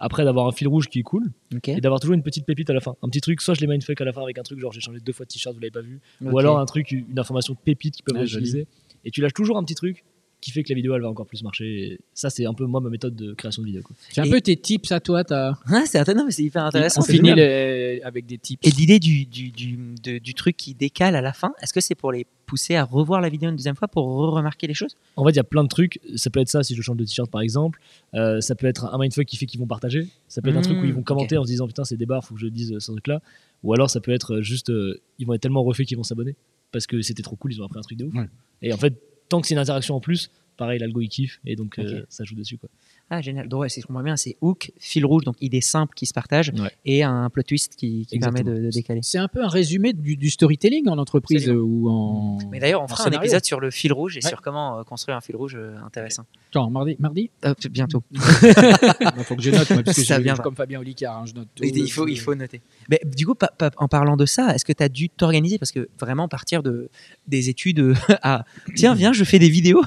Speaker 3: après d'avoir un fil rouge qui est cool
Speaker 2: Ok.
Speaker 3: et d'avoir toujours une petite pépite à la fin. Un petit truc, soit je les mindfuck à la fin avec un truc, genre j'ai changé deux fois de t-shirt, vous l'avez pas vu,
Speaker 2: Ok.
Speaker 3: ou alors un truc, une information pépite qu'ils peuvent
Speaker 1: Ah, joli.
Speaker 3: utiliser. Et tu lâches toujours un petit truc qui fait que la vidéo elle va encore plus marcher. Et ça, c'est un peu moi ma méthode de création de vidéo. quoi.
Speaker 1: C'est un
Speaker 2: Et-
Speaker 1: peu tes tips à toi. T'as...
Speaker 2: Ah, c'est intéressant, mais c'est hyper intéressant.
Speaker 1: On
Speaker 2: c'est
Speaker 1: finit
Speaker 2: génial.
Speaker 1: les- avec des tips.
Speaker 2: Et l'idée du, du, du, de- du truc qui décale à la fin, est-ce que c'est pour les pousser à revoir la vidéo une deuxième fois pour remarquer les choses
Speaker 3: En fait, il y a plein de trucs. Ça peut être ça si je change de t-shirt par exemple. Euh, ça peut être un mindfuck qui fait qu'ils vont partager. Ça peut être un truc où ils
Speaker 2: Mmh,
Speaker 3: vont
Speaker 2: ok.
Speaker 3: commenter en se disant putain, c'est des barres, faut que je dise euh, ce truc là. Ou alors ça peut être euh, juste euh, ils vont être tellement refaits qu'ils vont s'abonner parce que c'était trop cool, ils ont appris un truc de ouf.
Speaker 1: Ouais.
Speaker 3: Et en fait, tant que c'est une interaction en plus, pareil, l'algo il kiffe et donc euh, ça joue dessus. Quoi.
Speaker 2: Ah, génial. Donc, ouais, c'est ce qu'on voit bien, c'est hook, fil rouge, donc idée simple qui se partage,
Speaker 3: Ouais.
Speaker 2: et un plot twist qui, qui permet de,
Speaker 3: Exactement.
Speaker 2: de décaler.
Speaker 1: C'est un peu un résumé du, du storytelling en entreprise euh, ou en.
Speaker 2: Mais d'ailleurs, on
Speaker 1: en
Speaker 2: fera un
Speaker 1: scénario.
Speaker 2: épisode sur le fil rouge et
Speaker 1: Ouais.
Speaker 2: sur comment euh, construire un fil rouge euh, intéressant.
Speaker 1: Attends, mardi,
Speaker 2: *laughs*
Speaker 1: mardi
Speaker 2: Euh, p- bientôt.
Speaker 1: Il faut que je note, moi, parce que
Speaker 2: Ça
Speaker 1: je- je-
Speaker 2: viendra.
Speaker 1: comme Fabien Olicard, hein, je note tout.
Speaker 2: Il, il faut, il faut noter. Mais du coup, pa- pa- en parlant de ça, est-ce que tu as dû t'organiser Parce que vraiment, partir de, des études euh, à tiens, viens, je fais des vidéos.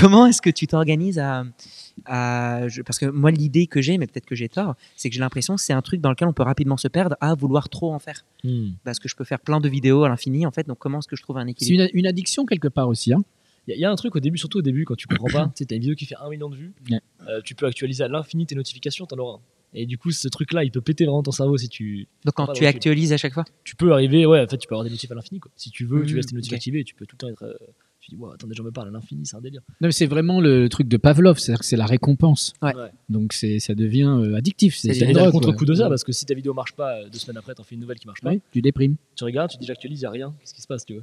Speaker 2: Comment est-ce que tu t'organises à. à- je- parce que moi, l'idée que j'ai, mais peut-être que j'ai tort, c'est que j'ai l'impression que c'est un truc dans lequel on peut rapidement se perdre à vouloir trop en faire. Parce que je peux faire plein de vidéos à l'infini, en fait. Donc, comment est-ce que je trouve un
Speaker 1: C'est
Speaker 2: équilibre
Speaker 1: une, une addiction quelque part aussi. Hein.
Speaker 3: Il y, a un truc au début, surtout au début, quand tu comprends pas, tu sais, t'as une vidéo qui fait un million de vues,
Speaker 1: Ouais.
Speaker 3: euh, tu peux actualiser à l'infini tes notifications, t'en auras un. Et du coup, ce truc-là, il peut péter vraiment ton cerveau si Ah bah tu.
Speaker 2: Donc, quand
Speaker 3: pas
Speaker 2: tu
Speaker 3: recul.
Speaker 2: actualises à chaque fois
Speaker 3: Tu peux arriver, ouais, en fait, tu peux avoir des notifs à l'infini, quoi. Si tu veux, tu
Speaker 1: Mm,
Speaker 2: Mhm,
Speaker 3: laisses tes notifs
Speaker 2: ok.
Speaker 3: activés et tu peux tout le temps être. euh, tu dis, ouais, attends, des gens me parlent à l'infini, c'est un délire.
Speaker 1: Non, mais c'est vraiment le truc de Pavlov, c'est-à-dire que c'est la récompense.
Speaker 2: Ouais.
Speaker 3: Ouais.
Speaker 1: Donc c'est, ça devient euh, addictif. C'est,
Speaker 2: C'est
Speaker 1: c'est
Speaker 3: T'as
Speaker 1: une
Speaker 3: des
Speaker 1: drogue, Mm.
Speaker 3: contre-coup
Speaker 1: quoi.
Speaker 3: de ça, parce que si ta vidéo marche pas, euh, deux semaines après, t'en fais une nouvelle qui marche pas,
Speaker 1: Ouais, tu déprimes.
Speaker 3: tu regardes, tu te dis, j'actualise, y a rien, qu'est-ce qui se passe, tu vois.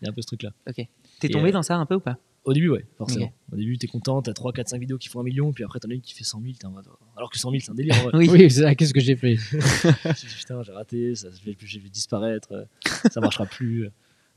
Speaker 3: Il y a un peu ce truc-là.
Speaker 2: T'es
Speaker 3: Et,
Speaker 2: tombé
Speaker 3: euh,
Speaker 2: dans ça un peu ou pas
Speaker 3: Au début, ouais, forcément. Au début, t'es content, t'as 3, 4, 5 vidéos qui font un million, puis après, t'en as une qui fait 100 000, t'es en mode, oh, Alors que 100 000, c'est un délire, en vrai.
Speaker 1: *laughs*
Speaker 2: Oui.
Speaker 1: Oui, c'est ça, qu'est-ce que j'ai fait
Speaker 3: Je me dis, putain, j'ai raté, ça, je, vais, je vais disparaître, euh, ça marchera plus.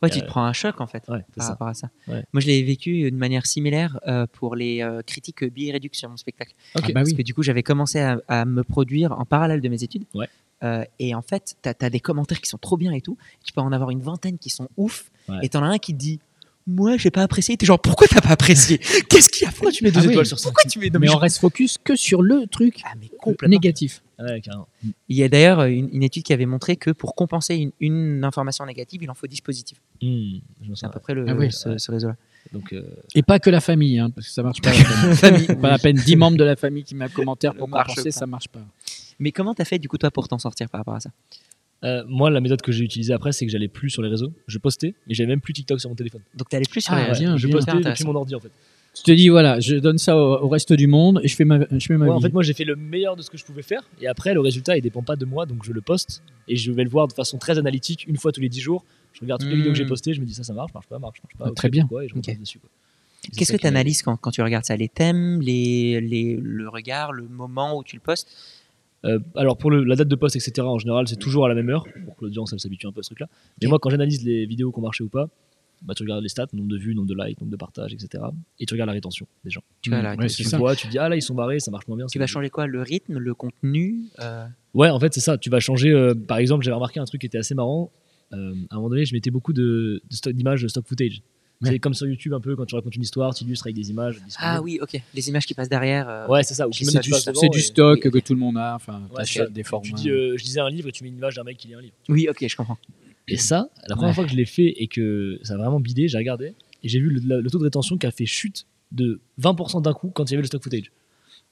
Speaker 2: Ouais, tu
Speaker 3: euh,
Speaker 2: te prends un choc, en fait.
Speaker 3: Ouais,
Speaker 1: Ah.
Speaker 3: c'est
Speaker 2: par
Speaker 3: ça.
Speaker 2: rapport à ça.
Speaker 3: Ouais.
Speaker 2: Moi, je l'ai vécu de manière similaire euh, pour les euh, critiques bi réduc sur mon spectacle.
Speaker 3: Ok.
Speaker 1: Ah bah
Speaker 2: Parce
Speaker 1: oui.
Speaker 2: que du coup, j'avais commencé à, à me produire en parallèle de mes études.
Speaker 3: Ouais.
Speaker 2: Euh, et en fait, tu as, des commentaires qui sont trop bien et tout. Tu peux en avoir une vingtaine qui sont ouf.
Speaker 3: Ouais.
Speaker 2: Et t'en as un qui te dit Moi, j'ai pas apprécié. T'es genre Pourquoi t'as pas apprécié Qu'est-ce qu'il y a Pourquoi tu mets
Speaker 1: Ah oui.
Speaker 2: ça Pourquoi tu mets non, mais
Speaker 1: Mais on
Speaker 2: je-
Speaker 1: reste focus que sur le truc
Speaker 2: Ah, mais complètement.
Speaker 1: négatif.
Speaker 3: Ouais, carrément.
Speaker 2: Il y a d'ailleurs euh, une, une étude qui avait montré que pour compenser une, une information négative, il en faut 10 positifs.
Speaker 3: Hmm, je me sens
Speaker 2: C'est à peu près le,
Speaker 1: Ah oui.
Speaker 2: ce, ce réseau-là.
Speaker 3: Donc, euh,
Speaker 1: Et pas que la famille, hein, parce que ça
Speaker 3: *laughs*
Speaker 1: marche pas. la famille.
Speaker 2: Famille.
Speaker 1: Pas la peine 10 membres de la famille qui met un commentaire pour
Speaker 2: Marche
Speaker 1: compenser,
Speaker 2: pas.
Speaker 1: ça marche pas.
Speaker 2: Mais comment t'as fait du coup toi pour t'en sortir par rapport à ça
Speaker 3: euh, moi, la méthode que j'ai utilisée après, c'est que j'allais plus sur les réseaux. Je postais, mais j'avais même plus TikTok sur mon téléphone.
Speaker 2: Donc t'allais plus sur
Speaker 1: Ah,
Speaker 2: les
Speaker 1: ouais.
Speaker 2: réseaux.
Speaker 1: bien,
Speaker 3: je
Speaker 1: bien.
Speaker 2: C'est
Speaker 3: postais depuis
Speaker 2: intéressant.
Speaker 3: mon ordi en fait.
Speaker 1: Tu te dis, voilà, je donne ça au, au reste du monde et je fais ma, je fais ma
Speaker 3: Ouais, en
Speaker 1: vie.
Speaker 3: fait, moi, j'ai fait le meilleur de ce que je pouvais faire, et après, le résultat, il dépend pas de moi, donc je le poste et je vais le voir de façon très analytique une fois tous les 10 jours. Je regarde toutes les
Speaker 2: Hmm.
Speaker 3: vidéos que j'ai postées, je me dis ça, ça marche, marche pas, marche, marche pas.
Speaker 1: Ah,
Speaker 3: ok,
Speaker 1: très bien.
Speaker 3: pourquoi, et je repasse
Speaker 2: Ok.
Speaker 3: dessus, quoi. Et c'est
Speaker 2: Qu'est-ce
Speaker 3: ça
Speaker 2: que
Speaker 3: qui
Speaker 2: tu analyses quand, quand tu regardes ça Les thèmes, les, les, le regard, le moment où tu le postes
Speaker 3: Euh, alors pour le- la date de poste, etc., en général, c'est toujours à la même heure, pour que l'audience elle s'habitue un peu à ce truc-là. Mais
Speaker 2: Ok.
Speaker 3: moi, quand j'analyse les vidéos qui ont marché ou pas, bah, tu regardes les stats, nombre de vues, nombre de likes, nombre de partages, etc. Et tu regardes la rétention des gens.
Speaker 2: tu vois,
Speaker 1: Mm,
Speaker 2: là,
Speaker 1: ouais,
Speaker 2: tu-
Speaker 1: c'est
Speaker 3: Tu
Speaker 1: ça.
Speaker 3: vois, tu te dis, ah là, ils sont barrés, ça marche moins bien.
Speaker 2: Tu
Speaker 3: c'est
Speaker 2: vas
Speaker 3: nul.
Speaker 2: changer quoi Le rythme, le contenu euh,
Speaker 3: Ouais, en fait, c'est ça. Tu vas changer. euh, par exemple, j'avais remarqué un truc qui était assez marrant. Euh, à un moment donné, je mettais beaucoup de, de stock- d'images de stock footage.
Speaker 1: Ouais.
Speaker 3: C'est comme sur YouTube, un peu, quand tu racontes une histoire, tu illustres avec des images. des
Speaker 2: Ah
Speaker 3: vidéos.
Speaker 2: oui, ok. Les images qui passent derrière. euh,
Speaker 3: Ouais, c'est ça. Ou
Speaker 1: Puis
Speaker 3: même
Speaker 1: c'est
Speaker 3: tu
Speaker 1: du,
Speaker 3: passes
Speaker 1: c'est
Speaker 3: devant
Speaker 1: du
Speaker 3: et-
Speaker 1: stock
Speaker 2: et-
Speaker 1: que tout le monde a. Enfin,
Speaker 3: Ouais,
Speaker 1: t'achètes
Speaker 3: ça.
Speaker 1: des formats.
Speaker 3: Tu dis, euh, je lisais un livre et tu mets une image d'un mec qui lit un livre.
Speaker 2: Oui, ok, je comprends.
Speaker 3: Et ça, la première fois que je l'ai fait et que ça a vraiment bidé, j'ai regardé et j'ai vu le, la- le taux de rétention qui a fait chute de 20% d'un coup quand il y avait le stock footage.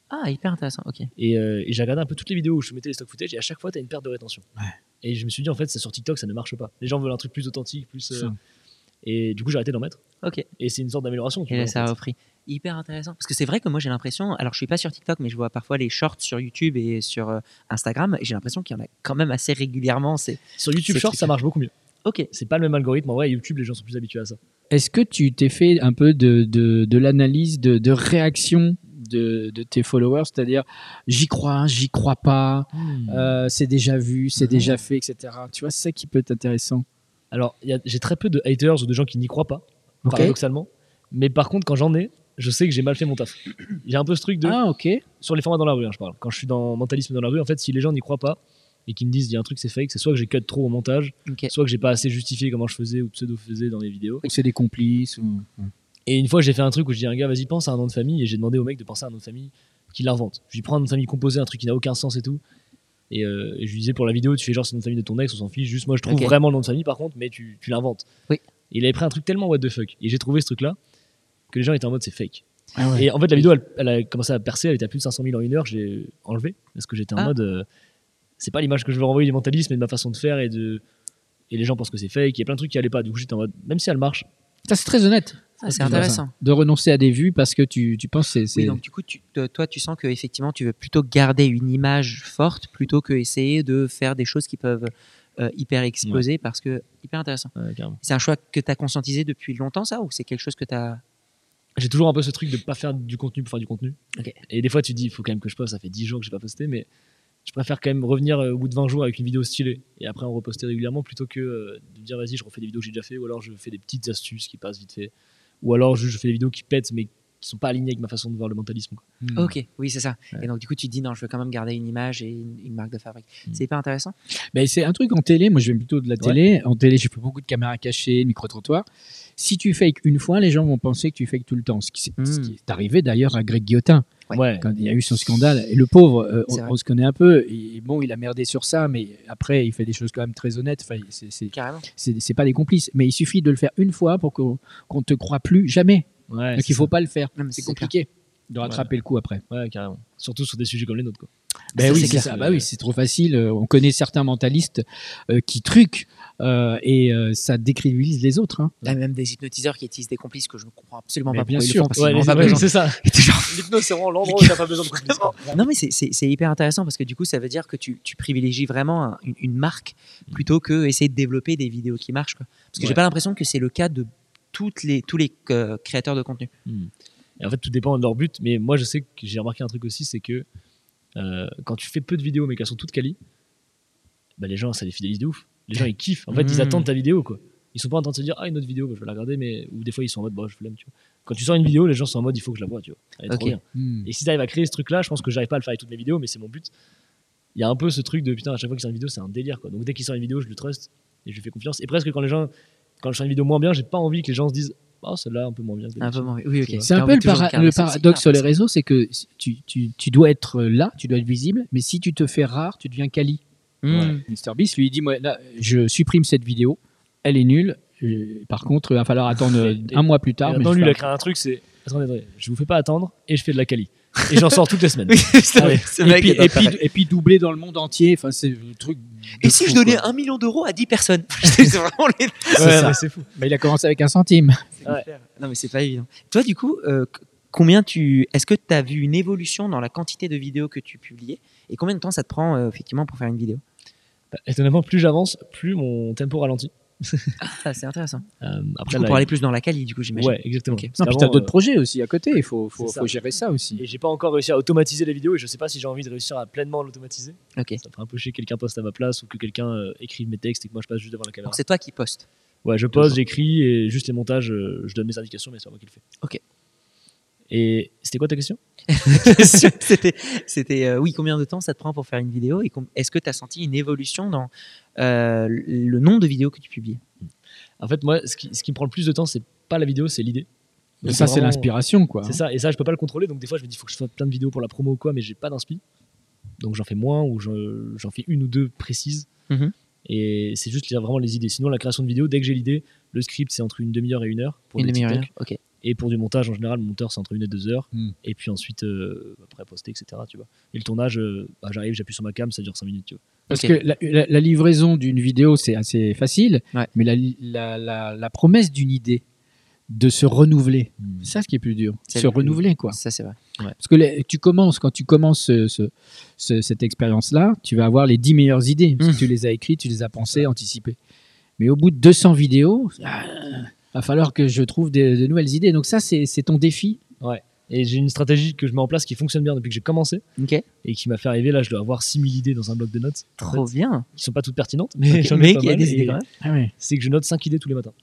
Speaker 2: Ah, hyper intéressant, ok.
Speaker 3: Et, euh, et j'ai regardé un peu toutes les vidéos où je mettais les stock footage et à chaque fois, tu as une perte de rétention.
Speaker 1: Ouais.
Speaker 3: Et je me suis dit, en fait, c'est sur TikTok, ça ne marche pas. Les gens veulent un truc plus authentique, plus. euh,
Speaker 1: Ça.
Speaker 3: et du coup, j'ai arrêté d'en mettre.
Speaker 2: Ok.
Speaker 3: Et c'est une sorte d'amélioration. tu
Speaker 2: Et
Speaker 3: vois,
Speaker 2: là,
Speaker 3: en
Speaker 2: ça a
Speaker 3: fait.
Speaker 2: repris. Hyper intéressant. Parce que c'est vrai que moi, j'ai l'impression. Alors, je suis pas sur TikTok, mais je vois parfois les shorts sur YouTube et sur euh, Instagram. et J'ai l'impression qu'il y en a quand même assez régulièrement. C'est
Speaker 3: Sur YouTube
Speaker 2: C'est
Speaker 3: Short,
Speaker 2: très
Speaker 3: ça marche beaucoup mieux.
Speaker 2: ok.
Speaker 3: C'est pas le même algorithme. En vrai, YouTube, les gens sont plus habitués à ça.
Speaker 1: Est-ce que tu t'es fait un peu de, de, de l'analyse de, de réaction de, de tes followers C'est-à-dire, j'y crois, j'y crois pas, euh, c'est déjà vu, c'est déjà fait, etc. Tu vois, c'est ça qui peut être intéressant.
Speaker 3: Alors, il y a- j'ai très peu de haters ou de gens qui n'y croient pas,
Speaker 1: Ok.
Speaker 3: paradoxalement. Mais par contre, quand j'en ai, je sais que j'ai mal fait mon taf. J'ai un peu ce truc de.
Speaker 1: Ah, ok.
Speaker 3: Sur les formats dans la rue, hein, je parle. Quand je suis dans mentalisme dans la rue, en fait, si les gens n'y croient pas et qu'ils me disent il y a un truc, c'est fake, c'est soit que j'ai cut trop au montage,
Speaker 2: ok.
Speaker 3: soit que j'ai pas assez justifié comment je faisais ou pseudo faisais dans mes vidéos.
Speaker 1: Ou c'est des complices. Ou...
Speaker 3: Et une fois, j'ai fait un truc où je dis à un gars, vas-y, pense à un nom de famille et j'ai demandé au mec de penser à un nom de famille qui l'invente. Je lui prends une famille composée, un truc qui n'a aucun sens et tout. Et, euh, et je lui disais pour la vidéo, tu fais genre c'est une famille de ton ex, on s'en fiche. Juste moi, je trouve
Speaker 2: Ok.
Speaker 3: vraiment le nom de famille par contre, mais tu, tu l'inventes.
Speaker 2: Oui.
Speaker 3: Et il avait pris un truc tellement what the fuck. Et j'ai trouvé ce truc là que les gens étaient en mode c'est fake.
Speaker 1: Ah ouais.
Speaker 3: Et en fait, la vidéo, elle, elle a commencé à percer, elle était à plus de 500 000 en une heure, j'ai enlevé, parce que j'étais en
Speaker 2: Ah.
Speaker 3: mode, euh, c'est pas l'image que je veux renvoyer du mentalisme et de ma façon de faire, et, de... et les gens pensent que c'est fake, il y a plein de trucs qui allaient pas, du coup j'étais en mode, même si elle marche,
Speaker 1: Ça, c'est très honnête
Speaker 2: Ah,
Speaker 1: Parce
Speaker 2: c'est
Speaker 1: que-
Speaker 2: intéressant.
Speaker 1: de renoncer à des vues parce que tu, tu penses que c'est.
Speaker 2: Oui,
Speaker 1: c'est-
Speaker 2: donc du coup, tu, te- toi, tu sens que effectivement, tu veux plutôt garder une image forte plutôt que essayer de faire des choses qui peuvent euh, hyper exploser parce que hyper intéressant.
Speaker 3: euh, carrément.
Speaker 2: C'est un choix que tu as conscientisé depuis longtemps, ça, ou c'est quelque chose que tu as.
Speaker 3: J'ai toujours un peu ce truc de pas faire du contenu pour faire du contenu.
Speaker 2: Ok.
Speaker 3: Et des fois, tu te dis, il faut quand même que je poste, ça fait 10 jours que j'ai pas posté, mais je préfère quand même revenir euh, au bout de 20 jours avec une vidéo stylée, et après en reposter régulièrement, plutôt que euh, de dire, vas-y, je refais des vidéos que j'ai déjà fait, ou alors je fais des petites astuces qui passent vite fait, ou alors juste, je fais des vidéos qui pètent, mais qui sont pas alignées avec ma façon de voir le mentalisme. quoi.
Speaker 1: Hmm.
Speaker 2: Ok, oui, c'est ça.
Speaker 3: Ouais.
Speaker 2: Et donc, du coup, tu te dis non, je veux quand même garder une image et une, une marque de fabrique.
Speaker 3: Mm.
Speaker 2: C'est hyper intéressant.
Speaker 1: Mais Ben, c'est un truc en télé. Moi, je vais plutôt de la
Speaker 3: Ouais.
Speaker 1: télé. En télé, j'ai plus beaucoup de caméras cachées, de micro-trottoirs. Si tu fakes une fois, les gens vont penser que tu fakes tout le temps. Ce qui, c'est- ce
Speaker 2: Mm.
Speaker 1: qui est arrivé d'ailleurs à Greg Guillotin
Speaker 2: Ouais.
Speaker 3: ouais.
Speaker 1: quand il y a eu son scandale. Et le pauvre, euh,
Speaker 2: C'est
Speaker 1: on,
Speaker 2: vrai.
Speaker 1: on se connaît un peu. Et bon, il a merdé sur ça, mais après, il fait des choses quand même très honnêtes. Enfin, c'est, c'est,
Speaker 2: Carrément.
Speaker 1: c'est- c'est pas des complices. Mais il suffit de le faire une fois pour qu'on, qu'on ne te croit plus jamais.
Speaker 3: Ouais,
Speaker 1: Donc,
Speaker 3: c'est
Speaker 1: il faut pas le faire.
Speaker 2: Non, mais
Speaker 1: C'est
Speaker 2: c'est clair.
Speaker 1: compliqué de rattraper le coup après.
Speaker 3: ça. Ouais, carrément. Surtout sur des sujets comme les nôtres. Quoi.
Speaker 1: Ben
Speaker 2: Ça,
Speaker 1: oui,
Speaker 2: c'est
Speaker 1: c'est
Speaker 2: clair.
Speaker 1: ça. Bah oui, c'est trop facile. Euh, On connaît certains mentalistes euh, qui truquent euh, et euh, ça décrédibilise les autres. hein.
Speaker 2: Il y a même des hypnotiseurs qui utilisent des complices que je ne comprends absolument
Speaker 1: Mais
Speaker 2: pas
Speaker 1: bien
Speaker 2: pourquoi ils le
Speaker 1: sûr.
Speaker 2: font, parce
Speaker 1: Ouais,
Speaker 2: qu'ils n'en
Speaker 1: les-
Speaker 2: ont pas
Speaker 1: ouais,
Speaker 2: besoin.
Speaker 3: c'est ça.
Speaker 2: Et t'es genre,
Speaker 3: L'hypnose, c'est vraiment l'endroit où t'as pas besoin de complices. quoi.
Speaker 2: Non, mais c'est- c'est c'est hyper intéressant parce que du coup, ça veut dire que tu, tu privilégies vraiment un- une, une marque plutôt que essayer de développer des vidéos qui marchent. quoi. Parce que j'ai
Speaker 3: Ouais.
Speaker 2: pas l'impression que c'est le cas de toutes les, tous les euh, créateurs de contenu.
Speaker 3: Et en fait, tout dépend de leur but. Mais moi, je sais que j'ai remarqué un truc aussi, c'est que euh, quand tu fais peu de vidéos, mais qu'elles sont toutes quali, bah, les gens, ça les fidélise de ouf. Les gens, ils kiffent. En fait, ils
Speaker 2: Mm.
Speaker 3: attendent ta vidéo, quoi. Ils sont pas en train de se dire, ah, une autre vidéo, bah, je vais la regarder, mais. Ou des fois, ils sont en mode, bah, je l'aime, tu vois. Quand tu sors une vidéo, les gens sont en mode, il faut que je la vois, tu vois. Elle est trop
Speaker 2: Ok.
Speaker 3: bien.
Speaker 1: Hmm.
Speaker 3: Et si t'arrives à créer ce truc-là, je pense que j'arrive pas à le faire avec toutes mes vidéos, mais c'est mon but. Il y a un peu ce truc de putain, à chaque fois qu'il sort une vidéo, c'est un délire quoi. Donc dès qu'il sort une vidéo, je le trust et je lui fais confiance. Et presque quand les gens, quand je fais une vidéo moins bien, j'ai pas envie que les gens se disent, oh celle-là un peu moins bien. que
Speaker 2: Un peu
Speaker 3: d'habitude.
Speaker 2: moins- Oui, ok.
Speaker 3: C'est
Speaker 1: C'est
Speaker 2: T'as
Speaker 1: un peu
Speaker 2: envie
Speaker 1: le,
Speaker 2: toujours de
Speaker 1: para-
Speaker 2: garder
Speaker 1: le
Speaker 2: ça, c'est
Speaker 1: paradoxe
Speaker 2: hyper
Speaker 1: sur les
Speaker 2: intéressant.
Speaker 1: réseaux, c'est que si tu, tu- tu dois être là, tu dois être visible, mais si tu te fais rare, tu deviens quali.
Speaker 3: Hmm.
Speaker 2: Mm.
Speaker 1: Mr Beast lui il dit, moi, là, je supprime cette vidéo, elle est nulle. Euh, par contre, il va falloir attendre
Speaker 3: *laughs*
Speaker 1: euh,
Speaker 3: Et-
Speaker 1: un mois plus
Speaker 3: Et
Speaker 1: tard. mais
Speaker 3: maintenant,
Speaker 1: je
Speaker 3: lui, il
Speaker 1: vais
Speaker 3: a créé un truc, c'est attendez, attendez, je vous fais pas attendre et je fais de la quali. Et j'en sors toutes
Speaker 1: *laughs*
Speaker 3: les semaines.
Speaker 2: Ah Oui, c'est vrai,
Speaker 3: Allez.
Speaker 2: ce
Speaker 1: faire- et
Speaker 2: mec
Speaker 1: puis,
Speaker 2: est
Speaker 1: et, puis,
Speaker 2: pareil.
Speaker 1: et puis doublé dans le monde entier. Enfin, c'est le truc. de
Speaker 2: Et si
Speaker 1: fou,
Speaker 2: je donnais
Speaker 1: quoi.
Speaker 3: hein
Speaker 2: un million d'euros à 10 personnes *laughs* C'est vraiment les-
Speaker 3: Ouais,
Speaker 1: ça.
Speaker 3: mais c'est fou.
Speaker 1: Bah, il a commencé avec un centime.
Speaker 3: Ouais.
Speaker 2: Non, mais c'est pas évident. Toi, du coup, euh, c- combien tu. Est-ce que tu as vu une évolution dans la quantité de vidéos que tu publiais Et combien de temps ça te prend, euh, effectivement, pour faire une vidéo
Speaker 3: Bah, étonnamment, plus j'avance, plus mon tempo ralentit.
Speaker 2: Ah, c'est intéressant.
Speaker 3: Euh,
Speaker 2: Du
Speaker 3: après,
Speaker 2: coup,
Speaker 3: là,
Speaker 2: pour aller plus dans la quali, du coup, j'imagine.
Speaker 3: ouais, exactement.
Speaker 2: Ok.
Speaker 3: Parce
Speaker 1: Non, Ah, puis
Speaker 3: qu'avant,
Speaker 1: t'as d'autres
Speaker 3: euh,
Speaker 1: projets aussi à côté. Il faut, faut,
Speaker 3: c'est ça.
Speaker 1: faut gérer ça aussi.
Speaker 3: Et j'ai pas encore réussi à automatiser les vidéos et je sais pas si j'ai envie de réussir à pleinement l'automatiser.
Speaker 2: Ok.
Speaker 3: Ça ferait un peu chier que quelqu'un poste à ma place ou que quelqu'un euh, écrive mes textes et que moi je passe juste devant la caméra.
Speaker 2: Donc, c'est toi qui postes. *laughs*
Speaker 3: Ouais, je pose, j'écris et juste les montages, euh, je donne mes indications, mais c'est pas moi qui le fais.
Speaker 2: Ok.
Speaker 3: Et c'était quoi ta question
Speaker 2: c'était, c'était euh, oui, combien de temps ça te prend pour faire une vidéo Et com- est-ce que tu as senti une évolution dans euh, le nombre de vidéos que tu publies
Speaker 3: En fait, moi, ce qui, ce qui me prend le plus de temps, c'est pas la vidéo, c'est l'idée. Donc,
Speaker 1: ça, c'est
Speaker 3: vraiment-
Speaker 1: l'inspiration, quoi.
Speaker 3: C'est ça, et ça, je peux pas le contrôler. Donc, des fois, je me dis, faut que je fasse plein de vidéos pour la promo ou quoi, mais j'ai pas d'inspi. Donc, j'en fais moins ou je- j'en fais une ou deux précises.
Speaker 2: Mhm.
Speaker 3: Et c'est juste là, vraiment les idées. Sinon, la création de vidéo, dès que j'ai l'idée, le script, c'est entre une demi-heure et une heure. Pour
Speaker 2: Une
Speaker 3: des
Speaker 2: demi-heure.
Speaker 3: TikTok.
Speaker 2: Ok.
Speaker 3: Et pour du montage, en général, le monteur, c'est entre une et deux heures.
Speaker 1: Mm.
Speaker 3: Et puis ensuite, euh, après, poster, etc. Tu vois. Et le tournage, euh, bah, j'arrive, j'appuie sur ma cam, ça dure 5 minutes. Tu vois.
Speaker 1: Parce
Speaker 2: Ok.
Speaker 1: que la, la- la livraison d'une vidéo, c'est assez facile,
Speaker 2: Ouais.
Speaker 1: mais la, la- la- la promesse d'une idée, de se renouveler, c'est ça ce qui est plus dur.
Speaker 2: C'est
Speaker 1: Se
Speaker 2: le plus-
Speaker 1: renouveler, quoi.
Speaker 2: Ça, c'est vrai.
Speaker 1: Parce que les- tu commences, quand tu commences ce- ce- ce- cette expérience-là, tu vas avoir les 10 meilleures idées. Parce que
Speaker 2: Mm.
Speaker 1: tu les as écrites, tu les as pensées, anticipées. Mais au bout de 200 vidéos, il va falloir que je trouve des- de, nouvelles idées. Donc ça, c'est c'est ton défi.
Speaker 3: Et j'ai une stratégie que je mets en place qui fonctionne bien depuis que j'ai commencé
Speaker 2: Ok.
Speaker 3: et qui m'a fait arriver. Là, je dois avoir 6000 idées dans un bloc de notes
Speaker 2: Trop bien.
Speaker 3: qui sont pas toutes pertinentes, mais
Speaker 2: Ok,
Speaker 3: j'en ai
Speaker 2: Mais
Speaker 3: pas
Speaker 2: il y a
Speaker 3: mal.
Speaker 2: des
Speaker 3: Et
Speaker 2: idées quand même.
Speaker 3: C'est que je note 5 idées tous les matins.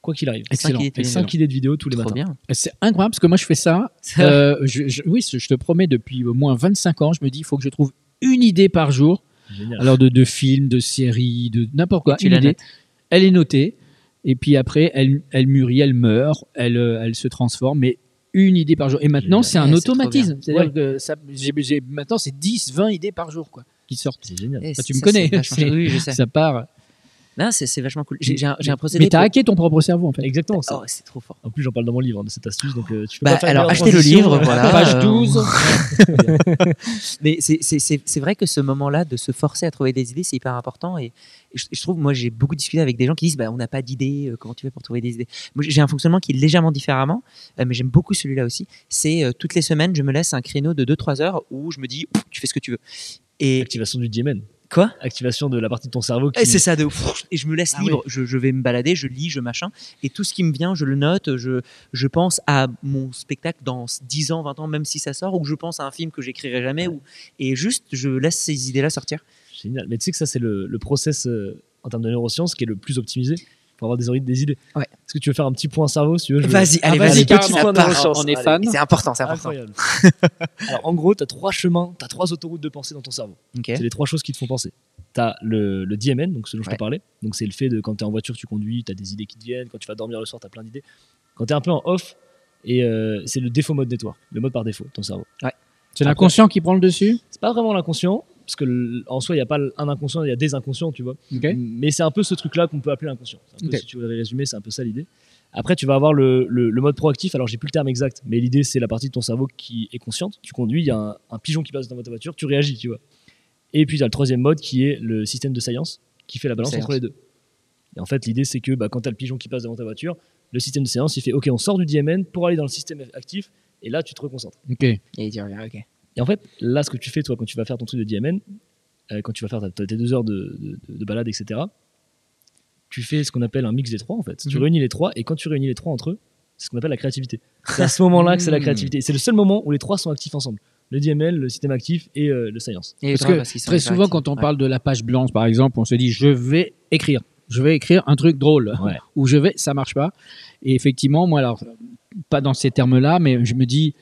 Speaker 3: Quoi qu'il arrive.
Speaker 1: Excellent.
Speaker 2: idées tous les
Speaker 1: excellent.
Speaker 3: 5 idées de vidéos tous les
Speaker 2: Trop
Speaker 3: matins.
Speaker 2: bien.
Speaker 1: C'est incroyable parce que moi, je fais ça Euh, je- je- oui, je te promets, depuis au moins 25 ans, je me dis, il faut que je trouve une idée par jour.
Speaker 3: Génial.
Speaker 1: Alors, de, de films, de séries, de n'importe quoi.
Speaker 2: tu
Speaker 1: une
Speaker 2: la
Speaker 1: idée.
Speaker 2: notes.
Speaker 1: Elle est notée. Et puis après, elle, elle mûrit, elle meurt, elle, euh, elle se transforme. Mais une idée par jour. Et maintenant, c'est un
Speaker 2: Ouais, Eh, c'est trop
Speaker 1: automatisme. C'est-à-dire
Speaker 3: Ouais.
Speaker 1: que ça, j'ai- j'ai- maintenant, c'est 10, 20 idées par jour quoi, qui sortent.
Speaker 3: C'est génial.
Speaker 2: Eh,
Speaker 1: Bah, tu
Speaker 2: ça,
Speaker 1: me connais.
Speaker 2: c'est vachement-
Speaker 1: *laughs* C'est-
Speaker 2: Oui, je sais.
Speaker 1: Ça part.
Speaker 2: Non, c'est c'est vachement cool. J'ai j'ai un, j'ai un procédé.
Speaker 1: Mais t'as
Speaker 2: pour-
Speaker 1: hacké ton propre cerveau en fait.
Speaker 3: Exactement. ça.
Speaker 2: Oh, c'est trop fort.
Speaker 3: En plus, j'en parle dans mon livre hein, de cette astuce. Donc, euh, tu peux
Speaker 2: Bah,
Speaker 3: pas faire une
Speaker 2: alors,
Speaker 3: meilleure
Speaker 2: achetez le
Speaker 3: transition,
Speaker 2: livre,
Speaker 3: euh, *laughs*
Speaker 2: voilà.
Speaker 1: Page
Speaker 2: euh,
Speaker 1: 12.
Speaker 2: Mais c'est- c'est c'est- c'est vrai que ce moment-là, de se forcer à trouver des idées, c'est hyper important. Et, et je, je trouve, moi, j'ai beaucoup discuté avec des gens qui disent bah, on n'a pas d'idées, euh, comment tu fais pour trouver des idées Moi, j'ai un fonctionnement qui est légèrement différemment, euh, mais j'aime beaucoup celui-là aussi. C'est euh, toutes les semaines, je me laisse un créneau de 2-3 heures où je me dis Pff, tu fais ce que tu veux. Et
Speaker 3: Activation du diémen.
Speaker 2: quoi
Speaker 3: Activation de la partie de ton cerveau qui.
Speaker 2: et Eh, c'est ça de pff, et je me laisse
Speaker 3: Ah
Speaker 2: libre. Je, je vais me balader, je lis, je machin, et tout ce qui me vient, je le note. Je, je pense à mon spectacle dans 10 ans, 20 ans, même si ça sort, ou je pense à un film que j'écrirai jamais, ou et juste je laisse ces idées-là sortir.
Speaker 3: Génial. Mais tu sais que ça, c'est le, le process euh, en termes de neurosciences qui est le plus optimisé pour avoir des envies, des idées.
Speaker 2: Ouais.
Speaker 3: Est-ce que tu veux faire un petit point cerveau si tu veux je-
Speaker 2: Vas-y,
Speaker 1: Ah, vas-y,
Speaker 2: allez, vas-y,
Speaker 1: carrément,
Speaker 2: petit
Speaker 1: on
Speaker 2: appart.
Speaker 1: part, on est fan.
Speaker 2: C'est important, c'est important.
Speaker 3: Incroyable. *laughs* Alors, en gros, tu as trois chemins, tu as trois autoroutes de pensée dans ton cerveau.
Speaker 2: Ok.
Speaker 3: C'est les trois choses qui te font penser. Tu as le, le DMN, donc ce dont je
Speaker 2: Ouais.
Speaker 3: te parlais. Donc, c'est le fait de quand tu es en voiture, tu conduis, tu as des idées qui te viennent. Quand tu vas dormir le soir, tu as plein d'idées. Quand tu es un peu en off, et euh, c'est le défaut mode network, le mode par défaut, de ton cerveau.
Speaker 1: C'est l'inconscient qui prend le dessus.
Speaker 3: C'est pas vraiment l'inconscient, parce que l- en soi, il n'y a pas un inconscient, il y a des inconscients, tu vois.
Speaker 1: Ok.
Speaker 3: Mais c'est un peu ce truc-là qu'on peut appeler l'inconscient. C'est un peu-
Speaker 1: Ok.
Speaker 3: Si tu voudrais résumer, c'est un peu ça l'idée. Après, tu vas avoir le, le- le mode proactif. Alors, j'ai plus le terme exact, mais l'idée, c'est la partie de ton cerveau qui est consciente. Tu conduis, il y a un, un pigeon qui passe dans ta voiture, tu réagis, tu vois. Et puis, tu as le troisième mode qui est le système de science, qui fait la balance
Speaker 2: Science.
Speaker 3: entre les deux. Et en fait, l'idée, c'est que bah, quand tu as le pigeon qui passe devant ta voiture, le système de séance, il fait OK, on sort du DMN pour aller dans le système actif, et là, tu te reconcentres.
Speaker 1: Ok.
Speaker 2: Et tu reviens, ok.
Speaker 3: Et en fait, là, ce que tu fais, toi, quand tu vas faire ton truc de DMN, euh, quand tu vas faire ta- ta- tes deux heures de, de- de balade, etc., tu fais ce qu'on appelle un mix des trois, en fait. Tu
Speaker 2: Mhm.
Speaker 3: réunis les trois, et quand tu réunis les trois entre eux, c'est ce qu'on appelle la créativité. C'est à ce moment-là que c'est la créativité. Et C'est le seul moment où les trois sont actifs ensemble. Le DML, le système actif et euh, le science.
Speaker 2: Et
Speaker 1: Parce
Speaker 2: toi,
Speaker 1: que
Speaker 2: qu'ils sont
Speaker 1: très souvent,
Speaker 2: hyperactifs.
Speaker 1: quand on
Speaker 2: Ouais.
Speaker 1: parle de la page blanche, par exemple, on se dit je vais écrire, je vais écrire un truc drôle,
Speaker 3: Ouais.
Speaker 1: *laughs* ou je vais, ça marche pas. Et effectivement, moi, alors, pas dans ces termes-là, mais je me dis.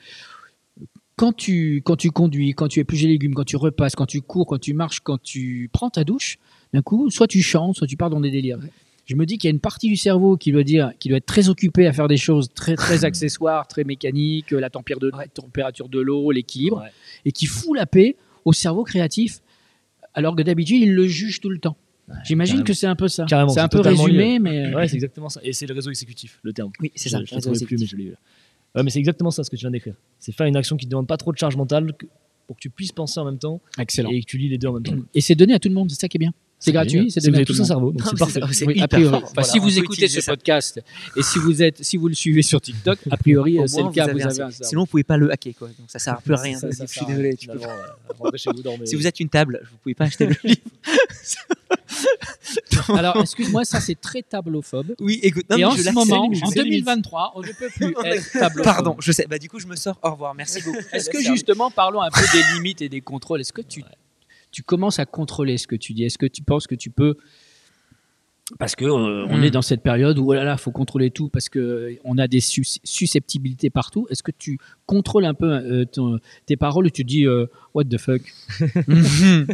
Speaker 1: Quand tu, quand tu conduis, quand tu épluches les légumes, quand tu repasses, quand tu cours, quand tu marches, quand tu prends ta douche, d'un coup, soit tu chantes, soit tu pars dans des délires. Je me dis qu'il y a une partie du cerveau qui doit dire, qui doit être très occupée à faire des choses très, très accessoires, très mécaniques, euh, la température de, température de l'eau, l'équilibre,
Speaker 3: Ouais.
Speaker 1: et qui fout la paix au cerveau créatif, alors que d'habitude, il le juge tout le temps. J'imagine
Speaker 3: carrément.
Speaker 1: que c'est un peu ça.
Speaker 3: Carrément,
Speaker 1: C'est un
Speaker 3: c'est
Speaker 1: peu
Speaker 3: totalement
Speaker 1: résumé, mais.
Speaker 3: Ouais, c'est exactement ça. Et c'est le réseau exécutif, le terme.
Speaker 2: Oui, c'est
Speaker 3: Je-
Speaker 2: ça.
Speaker 3: Je ne trouvais plus, mais
Speaker 2: exécutif.
Speaker 3: je l'ai eu là. Ouais, mais c'est exactement ça ce que tu viens d'écrire. C'est faire une action qui ne demande pas trop de charge mentale que- pour que tu puisses penser en même temps
Speaker 1: Excellent.
Speaker 3: et que tu lis les deux en même temps.
Speaker 1: euh, Et c'est donné à tout le monde, c'est ça qui est bien. C'est gratuit,
Speaker 3: génial.
Speaker 1: c'est
Speaker 3: Si Vous
Speaker 1: donné à
Speaker 3: avez
Speaker 1: tout
Speaker 3: tous
Speaker 1: le
Speaker 3: un
Speaker 1: monde.
Speaker 3: cerveau, donc
Speaker 2: Non,
Speaker 3: c'est
Speaker 2: mais
Speaker 3: parfait.
Speaker 2: c'est
Speaker 1: Oui,
Speaker 2: hyper
Speaker 1: a priori.
Speaker 2: fort.
Speaker 1: Enfin,
Speaker 2: Voilà,
Speaker 1: si
Speaker 2: on peut
Speaker 1: vous écoutez
Speaker 2: utiliser
Speaker 1: ce
Speaker 2: ça.
Speaker 1: podcast et si vous êtes, si vous le suivez sur TikTok, a *laughs* priori, euh,
Speaker 2: Au
Speaker 1: c'est
Speaker 2: moins,
Speaker 1: le cas. Vous avez,
Speaker 2: un-
Speaker 1: un Ah, cerveau.
Speaker 2: Sinon, vous pouvez pas le hacker, quoi. Donc ça sert plus à
Speaker 3: Ça,
Speaker 2: rien.
Speaker 3: ça,
Speaker 2: de-
Speaker 3: ça
Speaker 2: je suis
Speaker 3: sert à
Speaker 2: désolé.
Speaker 3: rien,
Speaker 2: tu peux
Speaker 3: finalement, euh, rentrez chez vous, dormez.
Speaker 2: Si vous êtes une table, vous pouvez pas acheter le *laughs* livre.
Speaker 1: Alors, excuse-moi, ça c'est très tablophobe.
Speaker 2: Oui, écoute, non,
Speaker 1: et
Speaker 2: mais
Speaker 1: en
Speaker 2: je
Speaker 1: ce
Speaker 2: l'accepte.
Speaker 1: moment,
Speaker 3: je
Speaker 1: en
Speaker 3: sais,
Speaker 1: 2023, on ne peut plus
Speaker 2: On
Speaker 1: être tablophobe.
Speaker 2: Pardon, je sais. Bah, du coup, je me sors. Au revoir. Merci beaucoup.
Speaker 1: Est-ce que justement, parlons un peu des limites et des contrôles. Est-ce que tu, tu commences à contrôler ce que tu dis Est-ce que tu penses que tu peux parce que euh, on
Speaker 2: Hmm.
Speaker 1: est dans cette période où oh là là, faut contrôler tout parce que euh, on a des sus- susceptibilités partout. Est-ce que tu contrôles un peu euh, ton- tes paroles ou tu dis euh, what the fuck
Speaker 3: J'aime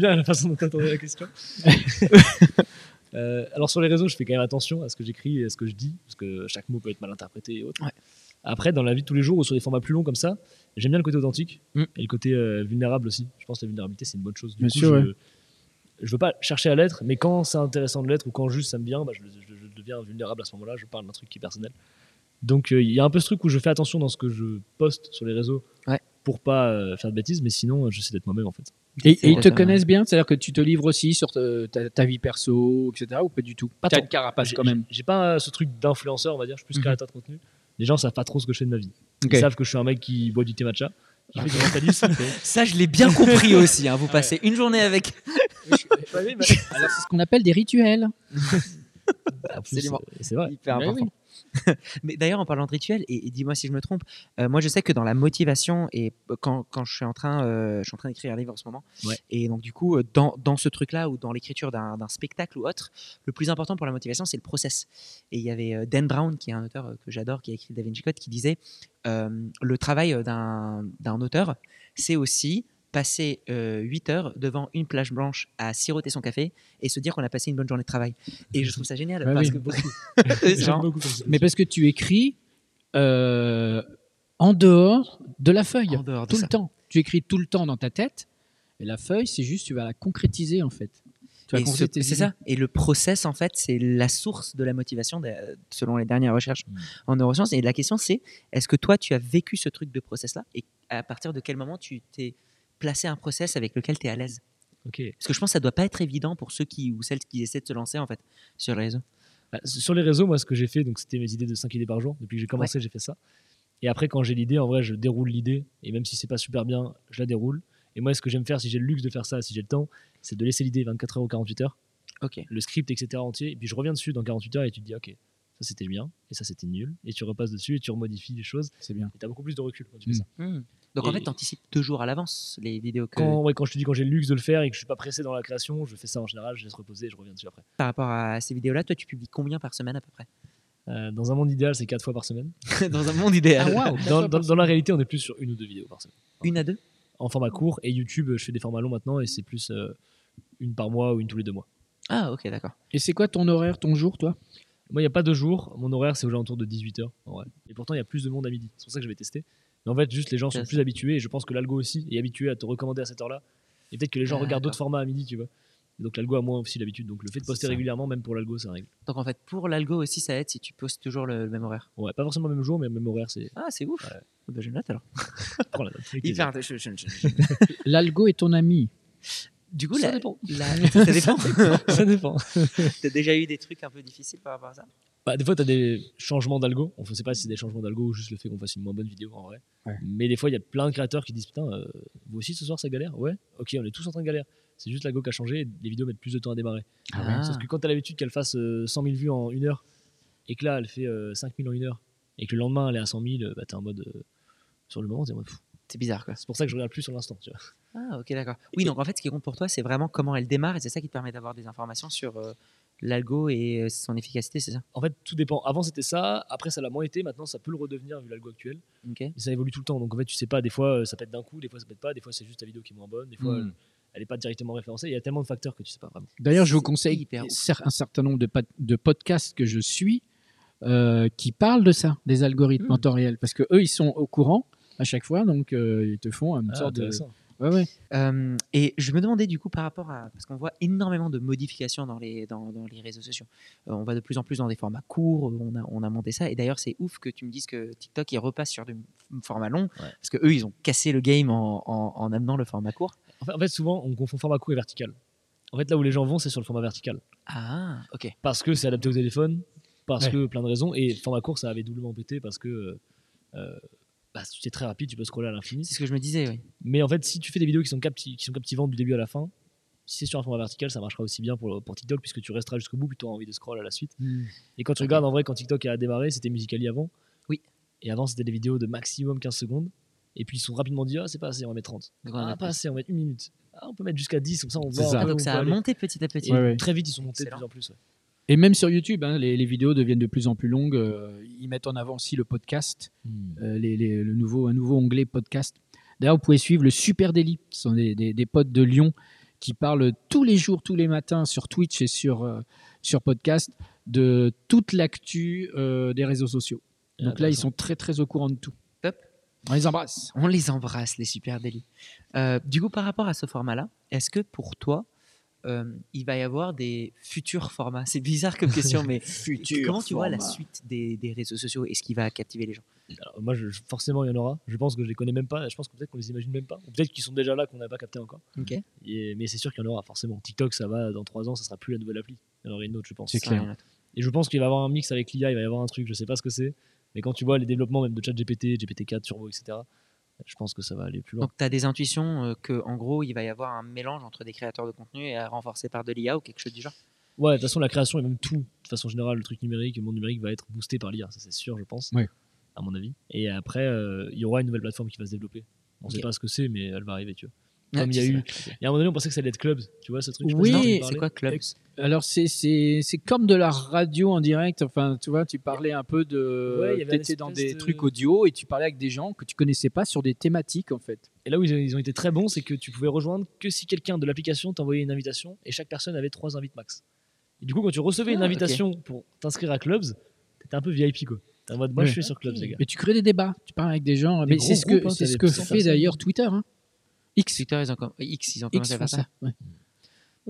Speaker 3: bien la façon dont tu la question. Euh, alors sur les réseaux, je fais quand même attention à ce que j'écris et à ce que je dis, parce que chaque mot peut être mal interprété et autres.
Speaker 2: Ouais.
Speaker 3: Après, dans la vie de tous les jours ou sur des formats plus longs comme ça, j'aime bien le côté authentique
Speaker 2: Mm.
Speaker 3: et le côté euh, vulnérable aussi. Je pense que la vulnérabilité, c'est une bonne chose. Du
Speaker 1: Bien
Speaker 3: coup,
Speaker 1: sûr,
Speaker 3: je,
Speaker 1: ouais.
Speaker 3: je veux pas chercher à l'être, mais quand c'est intéressant de l'être ou quand juste ça me vient, bah, je, je- je deviens vulnérable à ce moment-là, je parle d'un truc qui est personnel. Donc euh, il y a un peu ce truc où je fais attention dans ce que je poste sur les réseaux
Speaker 2: Ouais.
Speaker 3: pour pas euh, faire de bêtises, mais sinon, euh, j'essaie d'être moi-même en fait.
Speaker 1: Et, et ils te
Speaker 2: Exactement.
Speaker 1: connaissent bien, c'est-à-dire que tu te livres aussi sur te- ta, ta vie perso, etc. Ou pas du tout
Speaker 3: Pas
Speaker 1: T'as
Speaker 3: tant.
Speaker 1: une carapace
Speaker 3: J'ai-
Speaker 1: quand même.
Speaker 3: J'ai pas ce truc d'influenceur, on va dire. Je suis plus
Speaker 2: Mhm.
Speaker 3: créateur de contenu. Les gens savent pas trop ce que je fais de ma vie.
Speaker 1: Ok.
Speaker 3: Ils savent que je suis un mec qui boit du thé matcha. qui fait du mentalisme.
Speaker 2: Ça, je l'ai bien *laughs* compris aussi. hein. Vous passez une journée avec.
Speaker 1: *laughs* Alors c'est ce qu'on appelle des rituels.
Speaker 3: En plus,
Speaker 2: Absolument.
Speaker 3: euh, C'est vrai.
Speaker 2: Hyper
Speaker 1: Oui,
Speaker 2: important. Mais d'ailleurs, en parlant de rituel, et, et dis-moi si je me trompe, euh, moi je sais que dans la motivation, et euh, quand, quand je suis en train, euh, je suis en train d'écrire un livre en ce moment,
Speaker 3: Ouais.
Speaker 2: et donc du coup, euh, dans, dans ce truc-là, ou dans l'écriture d'un d'un spectacle ou autre, le plus important pour la motivation, c'est le process. Et il y avait euh, Dan Brown, qui est un auteur euh, que j'adore, qui a écrit Da Vinci Code, qui disait euh, le travail euh, d'un d'un auteur, c'est aussi passer 8 heures devant une plage blanche à siroter son café et se dire qu'on a passé une bonne journée de travail. Et je trouve ça génial
Speaker 1: Bah
Speaker 2: parce
Speaker 1: oui. *laughs*
Speaker 2: que beaucoup- C'est
Speaker 3: J'aime
Speaker 2: vraiment-
Speaker 3: beaucoup comme ça.
Speaker 1: Mais parce que tu écris euh, en dehors de la feuille,
Speaker 2: En dehors de
Speaker 1: tout
Speaker 2: ça.
Speaker 1: le temps. Tu écris tout le temps dans ta tête, et la feuille, c'est juste, tu vas la concrétiser en fait. Tu vas
Speaker 2: Et ce-
Speaker 1: concrétiser
Speaker 2: C'est ça. Et le process, en fait, c'est la source de la motivation, de- selon les dernières recherches
Speaker 3: Mm.
Speaker 2: en neurosciences. Et la question, c'est est-ce que toi, tu as vécu ce truc de process-là Et à partir de quel moment tu t'es placé un process avec lequel tu es à l'aise
Speaker 3: Ok.
Speaker 2: Parce que je pense que ça doit pas être évident pour ceux qui ou celles qui essaient de se lancer, en fait, sur les réseaux.
Speaker 3: Bah, sur les réseaux, moi, ce que j'ai fait, donc c'était mes idées de 5 idées par jour. Depuis que j'ai commencé, j'ai fait ça. Et après, quand j'ai l'idée, en vrai, je déroule l'idée. Et même si c'est pas super bien, je la déroule. Et moi, ce que j'aime faire, si j'ai le luxe de faire ça, si j'ai le temps, c'est de laisser l'idée 24 heures ou 48 heures,
Speaker 2: Ok.
Speaker 3: le script, etc. entier. Et puis je reviens dessus dans 48 heures et tu te dis, ok, ça c'était bien, et ça c'était nul. Et tu repasses dessus et tu remodifies les choses.
Speaker 1: C'est bien.
Speaker 3: Et t'as beaucoup plus de recul quand tu
Speaker 1: Mm.
Speaker 3: fais ça.
Speaker 2: Donc, en
Speaker 3: Et-
Speaker 2: fait, tu anticipes deux jours à l'avance les vidéos que.
Speaker 3: Quand, ouais, quand je te dis quand j'ai le luxe de le faire et que je suis pas pressé dans la création, je fais ça en général, je laisse reposer et je reviens dessus après.
Speaker 2: Par rapport à ces vidéos-là, toi, tu publies combien par semaine à peu près
Speaker 3: Euh, dans un monde idéal, c'est 4 fois par semaine.
Speaker 2: *laughs* Dans un monde idéal.
Speaker 1: Ah, waouh, quatre
Speaker 3: Dans,
Speaker 1: fois
Speaker 3: dans-
Speaker 1: par
Speaker 3: dans la réalité, on est plus sur une ou deux vidéos par semaine.
Speaker 2: Une à deux
Speaker 3: en format court et YouTube je fais des formats longs maintenant et c'est plus euh, une par mois ou une tous les deux mois.
Speaker 2: Ah, ok, d'accord.
Speaker 1: Et c'est quoi ton horaire, ton jour, toi
Speaker 3: Moi il n'y a pas de jour, mon horaire c'est aux alentours de 18h en vrai. Et pourtant il y a plus de monde à midi, c'est pour ça que je vais tester. Mais en fait juste les gens sont
Speaker 2: Yes.
Speaker 3: plus habitués et je pense que l'algo aussi est habitué à te recommander à cette heure-là. Et peut-être que les gens
Speaker 2: Ah,
Speaker 3: regardent
Speaker 2: d'accord.
Speaker 3: d'autres formats à midi tu vois. Et donc l'algo a moins aussi l'habitude. Donc le fait de
Speaker 1: C'est
Speaker 3: poster
Speaker 1: ça.
Speaker 3: régulièrement même pour l'algo c'est un règle.
Speaker 2: Donc, en fait, pour l'algo aussi, ça aide si tu postes toujours le, le même horaire.
Speaker 3: Ouais, pas forcément le même jour mais même horaire c'est...
Speaker 2: Ah, c'est ouf.
Speaker 3: Ouais.
Speaker 2: Bah, je note alors.
Speaker 3: Prends la note. Avec plaisir.
Speaker 2: Hyper. je- je- je- je-
Speaker 1: L'algo est ton ami.
Speaker 2: Du coup,
Speaker 3: Ça
Speaker 2: la-
Speaker 3: dépend.
Speaker 2: *laughs* la- *laughs* ça dépend.
Speaker 3: ça dépend.
Speaker 2: T'as déjà eu des trucs un peu difficiles par rapport à ça
Speaker 3: Bah, des fois, tu as des changements d'algo. On ne sait pas si c'est des changements d'algo ou juste le fait qu'on fasse une moins bonne vidéo en vrai.
Speaker 1: Ouais.
Speaker 3: Mais des fois, il y a plein de créateurs qui disent Putain, euh, vous aussi ce soir ça galère Ouais, ok, on est tous en train de galère. C'est juste l'algo qui a changé et les vidéos mettent plus de temps à démarrer.
Speaker 2: Ah ouais.
Speaker 3: Sauf que quand tu as l'habitude qu'elle fasse euh, 100 000 vues en une heure et que là, elle fait euh, 5 000 en une heure et que le lendemain, elle est à 100 000, bah, tu en mode. euh, sur le moment, t'es en mode, Pff,
Speaker 2: C'est bizarre, quoi.
Speaker 3: c'est pour ça que je regarde plus sur l'instant. tu vois.
Speaker 2: Ah, ok, d'accord. Oui, donc en fait, ce qui compte pour toi, c'est vraiment comment elle démarre et c'est ça qui te permet d'avoir des informations sur euh, l'algo et euh, son efficacité, c'est ça
Speaker 3: En fait, tout dépend. Avant, c'était ça. Après, ça l'a moins été. Maintenant, ça peut le redevenir vu l'algo actuel.
Speaker 2: Ok.
Speaker 3: Mais ça évolue tout le temps. Donc en fait, tu sais pas, des fois euh, ça pète d'un coup, des fois ça pète pas, des fois c'est juste ta vidéo qui est moins
Speaker 2: Hmm.
Speaker 3: bonne, des fois
Speaker 1: Mm.
Speaker 3: elle- elle est pas directement référencée. Il y a tellement de facteurs que tu sais pas vraiment.
Speaker 1: D'ailleurs, je vous
Speaker 2: C'est
Speaker 1: conseille
Speaker 2: hyper ouf.
Speaker 1: cer- un certain nombre de, pa- de podcasts que je suis euh, qui parlent de ça, des algorithmes
Speaker 2: Hmm.
Speaker 1: en temps réel, parce que eux, ils sont au courant à chaque fois, donc euh, ils te font
Speaker 2: Ah,
Speaker 1: une sorte de. Ouais, ouais.
Speaker 2: Euh, et je me demandais du coup par rapport à parce qu'on voit énormément de modifications dans les dans, dans les réseaux sociaux. Euh, on va de plus en plus dans des formats courts. On a on a monté ça. Et d'ailleurs c'est ouf que tu me dises que TikTok il repasse sur du m- format long parce que eux ils ont cassé le game en, en- en amenant le format court.
Speaker 3: En, fait, en fait, souvent on confond format court et vertical. En fait, là où les gens vont, c'est sur le format vertical.
Speaker 2: Ah ok.
Speaker 3: Parce que c'est adapté au téléphone, parce
Speaker 1: Ouais.
Speaker 3: que plein de raisons. Et format court, ça avait doublement pété parce que euh, euh, bah, c'est très rapide, tu peux scroller à l'infini.
Speaker 2: C'est ce que je me disais. Oui.
Speaker 3: Mais en fait, si tu fais des vidéos qui sont, capti- qui sont captivantes du début à la fin, si c'est sur un format vertical, ça marchera aussi bien pour, pour TikTok puisque tu resteras jusqu'au bout, puis tu auras envie de scroll à la suite.
Speaker 1: Hmm.
Speaker 3: Et quand tu regardes en vrai, quand TikTok a démarré, c'était Musicali avant.
Speaker 2: Oui.
Speaker 3: Et avant, c'était des vidéos de maximum 15 secondes. Et puis ils se sont rapidement dit, ah, c'est pas assez, on va mettre 30.
Speaker 2: Donc, on
Speaker 3: Ah,
Speaker 2: a-
Speaker 3: pas assez, on va mettre une minute. Ah, on peut mettre jusqu'à 10, comme ça on
Speaker 1: C'est
Speaker 3: voit. un
Speaker 1: ça. Ah
Speaker 2: Ah,
Speaker 3: peu
Speaker 2: donc
Speaker 3: où on
Speaker 2: ça
Speaker 3: peut
Speaker 2: a
Speaker 3: aller.
Speaker 2: monté petit à petit.
Speaker 3: Et
Speaker 1: Ouais, ouais.
Speaker 3: Très vite, ils sont montés de
Speaker 2: Excellent.
Speaker 3: plus en plus. ouais.
Speaker 1: Et même sur YouTube, hein, les, les vidéos deviennent de plus en plus longues. euh, ils mettent en avant aussi le podcast, euh, les- les- le nouveau, un nouveau onglet podcast. D'ailleurs, vous pouvez suivre le Super Daily. Ce sont des, des- des potes de Lyon qui parlent tous les jours, tous les matins sur Twitch et sur, euh, sur podcast de toute l'actu euh, des réseaux sociaux.
Speaker 3: Ah,
Speaker 1: Donc là, ils
Speaker 3: intéressant.
Speaker 1: sont très très au courant de tout.
Speaker 2: Top.
Speaker 1: On les embrasse.
Speaker 2: On les embrasse, les super délits. Euh, du coup, par rapport à ce format-là, est-ce que pour toi, euh, il va y avoir des futurs formats C'est bizarre comme question, mais comment tu vois la
Speaker 1: format.
Speaker 2: suite des, des réseaux sociaux et ce qui va captiver les gens
Speaker 3: Alors, moi, je- je- forcément, il y en aura. Je pense que je les connais même pas. Je pense que peut-être qu'on les imagine même pas. Ou Peut-être qu'ils sont déjà là, qu'on n'a pas capté encore.
Speaker 2: Ok.
Speaker 3: Et- mais c'est sûr qu'il y en aura, forcément. TikTok, ça va, dans 3 ans, ça sera plus la nouvelle appli. Il y en aura une autre, je pense.
Speaker 1: C'est clair.
Speaker 3: Et je pense qu'il va y avoir un mix avec l'IA, il va y avoir un truc, je sais pas ce que c'est. Mais quand tu vois les développements même de ChatGPT, GPT-4, Turbo, etc., je pense que ça va aller plus loin.
Speaker 2: Donc, tu as des intuitions euh, que, en gros, il va y avoir un mélange entre des créateurs de contenu et à renforcer par de l'IA ou quelque chose du genre
Speaker 3: Ouais, de toute façon, la création et même tout, de façon générale, le truc numérique, le monde numérique va être boosté par l'IA, ça c'est sûr, je pense.
Speaker 1: Ouais.
Speaker 3: À mon avis. Et après, euh, il y aura une nouvelle plateforme qui va se développer. On
Speaker 2: Ok.
Speaker 3: sait pas ce que c'est, mais elle va arriver, tu vois.
Speaker 2: Ouais,
Speaker 3: Comme il y a
Speaker 2: c'est
Speaker 3: eu.
Speaker 2: vrai.
Speaker 3: Et à un moment donné, on pensait que ça allait être Clubs, tu vois, ce truc. je sais pas
Speaker 1: Oui,
Speaker 3: si t'en as entendu
Speaker 2: c'est
Speaker 3: parler.
Speaker 2: quoi Clubs
Speaker 1: Alors c'est c'est c'est comme de la radio en direct. Enfin, tu vois, tu parlais un peu de.
Speaker 3: Ouais, il y avait un
Speaker 1: T'étais dans
Speaker 3: espèce
Speaker 1: des
Speaker 3: de-
Speaker 1: trucs audio et tu parlais avec des gens que tu connaissais pas sur des thématiques en fait.
Speaker 3: Et là où ils ils ont été très bons, c'est que tu pouvais rejoindre que si quelqu'un de l'application t'envoyait une invitation et chaque personne avait trois invites max. Et du coup, quand tu recevais
Speaker 2: Ah,
Speaker 3: une
Speaker 2: ok.
Speaker 3: invitation pour t'inscrire à Clubs, t'étais un peu VIP quoi. T'es en mode, moi,
Speaker 1: Ouais.
Speaker 3: je suis sur Clubs, les gars.
Speaker 1: Mais tu crées des débats, tu parles avec des gens.
Speaker 3: Des
Speaker 1: mais c'est
Speaker 3: gros
Speaker 1: ce que,
Speaker 3: groupes, hein,
Speaker 1: c'est
Speaker 3: t'as
Speaker 1: ce
Speaker 3: des
Speaker 1: que
Speaker 3: petits
Speaker 1: fait
Speaker 3: personnes.
Speaker 1: d'ailleurs Twitter. hein. X,
Speaker 2: Twitter, ils ont comm- X, ils ont
Speaker 1: X
Speaker 2: commencé à
Speaker 1: font
Speaker 2: faire ça.
Speaker 1: ça. ouais.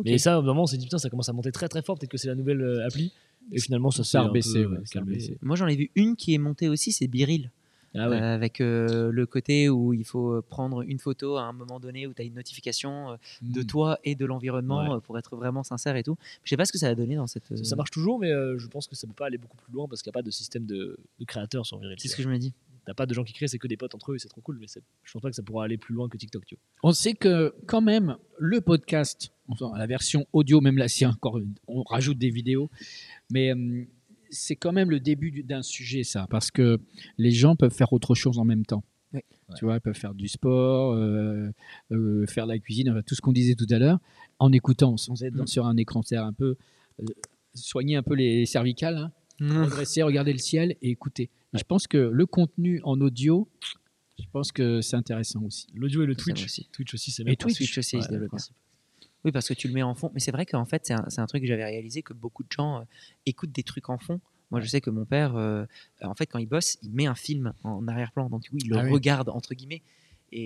Speaker 3: Mais ça, à un moment, on s'est dit, putain, ça commence à monter très très fort, peut-être que c'est la nouvelle euh, appli. Et finalement,
Speaker 1: Ça
Speaker 3: ça s'est
Speaker 1: a
Speaker 3: un peu,
Speaker 1: rebaissé,
Speaker 3: euh,
Speaker 1: ouais, ça a
Speaker 3: calmé.
Speaker 1: rebaissé.
Speaker 2: Moi, j'en ai vu une qui est montée aussi, c'est Biril.
Speaker 3: Ah ouais.
Speaker 2: Euh, avec euh, le côté où il faut euh, prendre une photo à un moment donné où tu as une notification euh,
Speaker 3: Hmm.
Speaker 2: de toi et de l'environnement euh, pour être vraiment sincère et tout. Je sais pas ce que ça a donné dans cette. euh,
Speaker 3: Ça marche toujours, mais euh, je pense que ça peut pas aller beaucoup plus loin parce qu'il n'y a pas de système de, de créateurs sur Viril.
Speaker 2: C'est ce que je me dis.
Speaker 3: T'as pas de gens qui créent, c'est que des potes entre eux et c'est trop cool, mais c'est- je pense pas que ça pourra aller plus loin que TikTok. Tu vois.
Speaker 1: On sait que quand même le podcast, enfin la version audio, même là, si encore une- on rajoute des vidéos, mais hum, c'est quand même le début du- d'un sujet ça, parce que les gens peuvent faire autre chose en même temps.
Speaker 2: Oui.
Speaker 1: Tu vois, ils peuvent faire du sport, euh, euh, faire la cuisine, enfin, tout ce qu'on disait tout à l'heure, en écoutant, sans être dans-
Speaker 2: Mm.
Speaker 1: sur un écran, c'est un peu euh, soigner un peu les cervicales. hein.
Speaker 2: Mm.
Speaker 1: redresser, regarder le ciel et écouter. Et Je pense que le contenu en audio, je pense que c'est intéressant aussi.
Speaker 3: L'audio et le
Speaker 2: Ça, ça va
Speaker 3: Twitch.
Speaker 2: aussi.
Speaker 3: Twitch aussi, c'est
Speaker 1: Et
Speaker 3: même
Speaker 1: Twitch,
Speaker 2: aussi, il
Speaker 1: ouais,
Speaker 2: se développe.
Speaker 1: d'accord.
Speaker 2: Oui, parce que tu le mets en fond. Mais c'est vrai qu'en fait, c'est un, c'est un truc que j'avais réalisé que beaucoup de gens euh, écoutent des trucs en fond. Moi, je sais que mon père, euh, en fait, quand il bosse, il met un film en arrière-plan. Donc, oui, il le
Speaker 1: Ah oui.
Speaker 2: regarde, entre guillemets. Et-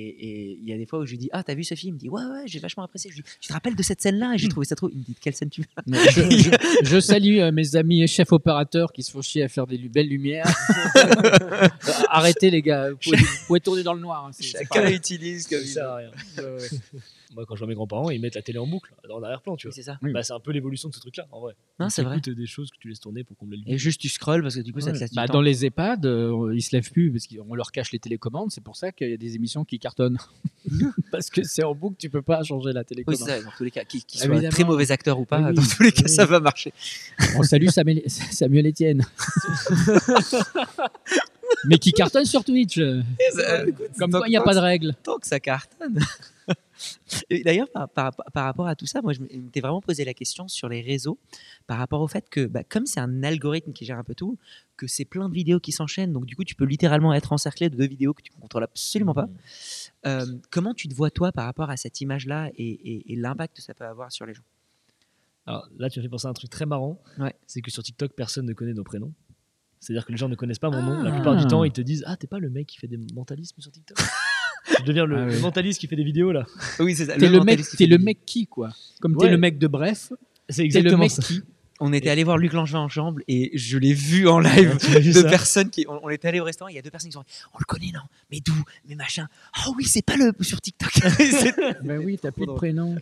Speaker 2: Et il y a des fois où je lui dis Ah, t'as vu ce film Il me dit Ouais, ouais, j'ai vachement apprécié. Je lui dis Tu te rappelles de cette scène-là Et j'ai trouvé ça trop. Il me dit De quelle scène tu veux
Speaker 1: Mais Je, je- je salue euh, mes amis et chefs opérateurs qui se font chier à faire des lu- belles lumières. Arrêtez les gars, vous pouvez, vous pouvez tourner dans le noir. hein, c'est- c'est
Speaker 2: *laughs*
Speaker 1: pas grave.
Speaker 2: utilise
Speaker 3: Ça sert à rien. Moi, quand je vois mes grands-parents, ils mettent la télé en boucle, en arrière-plan, tu vois.
Speaker 2: C'est ça.
Speaker 1: Oui.
Speaker 3: Bah, c'est un peu l'évolution de ce truc-là, en vrai.
Speaker 2: Non, c'est vrai.
Speaker 3: T'écoutes des choses que tu laisses tourner pour combler le
Speaker 2: Et
Speaker 3: vide.
Speaker 2: juste, tu scrolls parce que du coup, ça te
Speaker 1: Ouais.
Speaker 2: laisse du
Speaker 1: Bah,
Speaker 2: temps.
Speaker 1: dans les EHPAD, euh, ils se lèvent plus parce qu'on leur cache les télécommandes. C'est pour ça qu'il y a des émissions qui cartonnent. parce que c'est en boucle, tu peux pas changer la
Speaker 2: Oui,
Speaker 1: télécommande.
Speaker 2: c'est ça, dans tous les cas, qu'ils qu'ils soient
Speaker 1: Évidemment.
Speaker 2: très mauvais acteurs ou pas,
Speaker 1: Oui,
Speaker 2: dans tous les cas,
Speaker 1: oui.
Speaker 2: ça va *laughs* marcher.
Speaker 1: On salue Samuel, Samuel Etienne. Mais qui cartonne sur Twitch. Comme quoi, il n'y a pas de règle.
Speaker 2: tant que ça cartonne. *laughs* Et D'ailleurs, par, par- par rapport à tout ça, moi, je m'étais vraiment posé la question sur les réseaux, par rapport au fait que, bah, comme c'est un algorithme qui gère un peu tout, que c'est plein de vidéos qui s'enchaînent, donc du coup, tu peux littéralement être encerclé de deux vidéos que tu ne contrôles absolument
Speaker 3: Mm.
Speaker 2: pas. Euh, comment tu te vois, toi, par rapport à cette image-là et, et- et l'impact que ça peut avoir sur les gens
Speaker 3: Alors là, tu m'as fait penser à un truc très marrant.
Speaker 2: Ouais.
Speaker 3: C'est que sur TikTok, personne ne connaît nos prénoms. C'est-à-dire que les gens ne connaissent pas mon nom.
Speaker 1: Ah.
Speaker 3: La plupart du temps, ils te disent Ah, t'es pas le mec qui fait des mentalismes
Speaker 2: *laughs*
Speaker 3: sur TikTok Je deviens le,
Speaker 1: Ah ouais.
Speaker 3: le mentaliste qui fait des vidéos là.
Speaker 2: Oui, c'est ça.
Speaker 1: T'es le, mec, t'es le mec qui, quoi. Comme t'es
Speaker 3: Ouais.
Speaker 1: le mec de bref,
Speaker 3: C'est
Speaker 1: t'es le
Speaker 3: exactement
Speaker 1: mec
Speaker 3: ça.
Speaker 1: qui.
Speaker 2: On était allé voir Luc Langevin ensemble et je l'ai vu en live.
Speaker 3: *laughs* Tu as vu
Speaker 2: deux
Speaker 3: ça
Speaker 2: personnes qui on, on était allé au restaurant il y a deux personnes qui sont on le connaît non mais d'où mais machin oh oui c'est pas le sur TikTok C'est-
Speaker 1: Ben oui, t'as plus de
Speaker 3: drôle.
Speaker 1: prénom.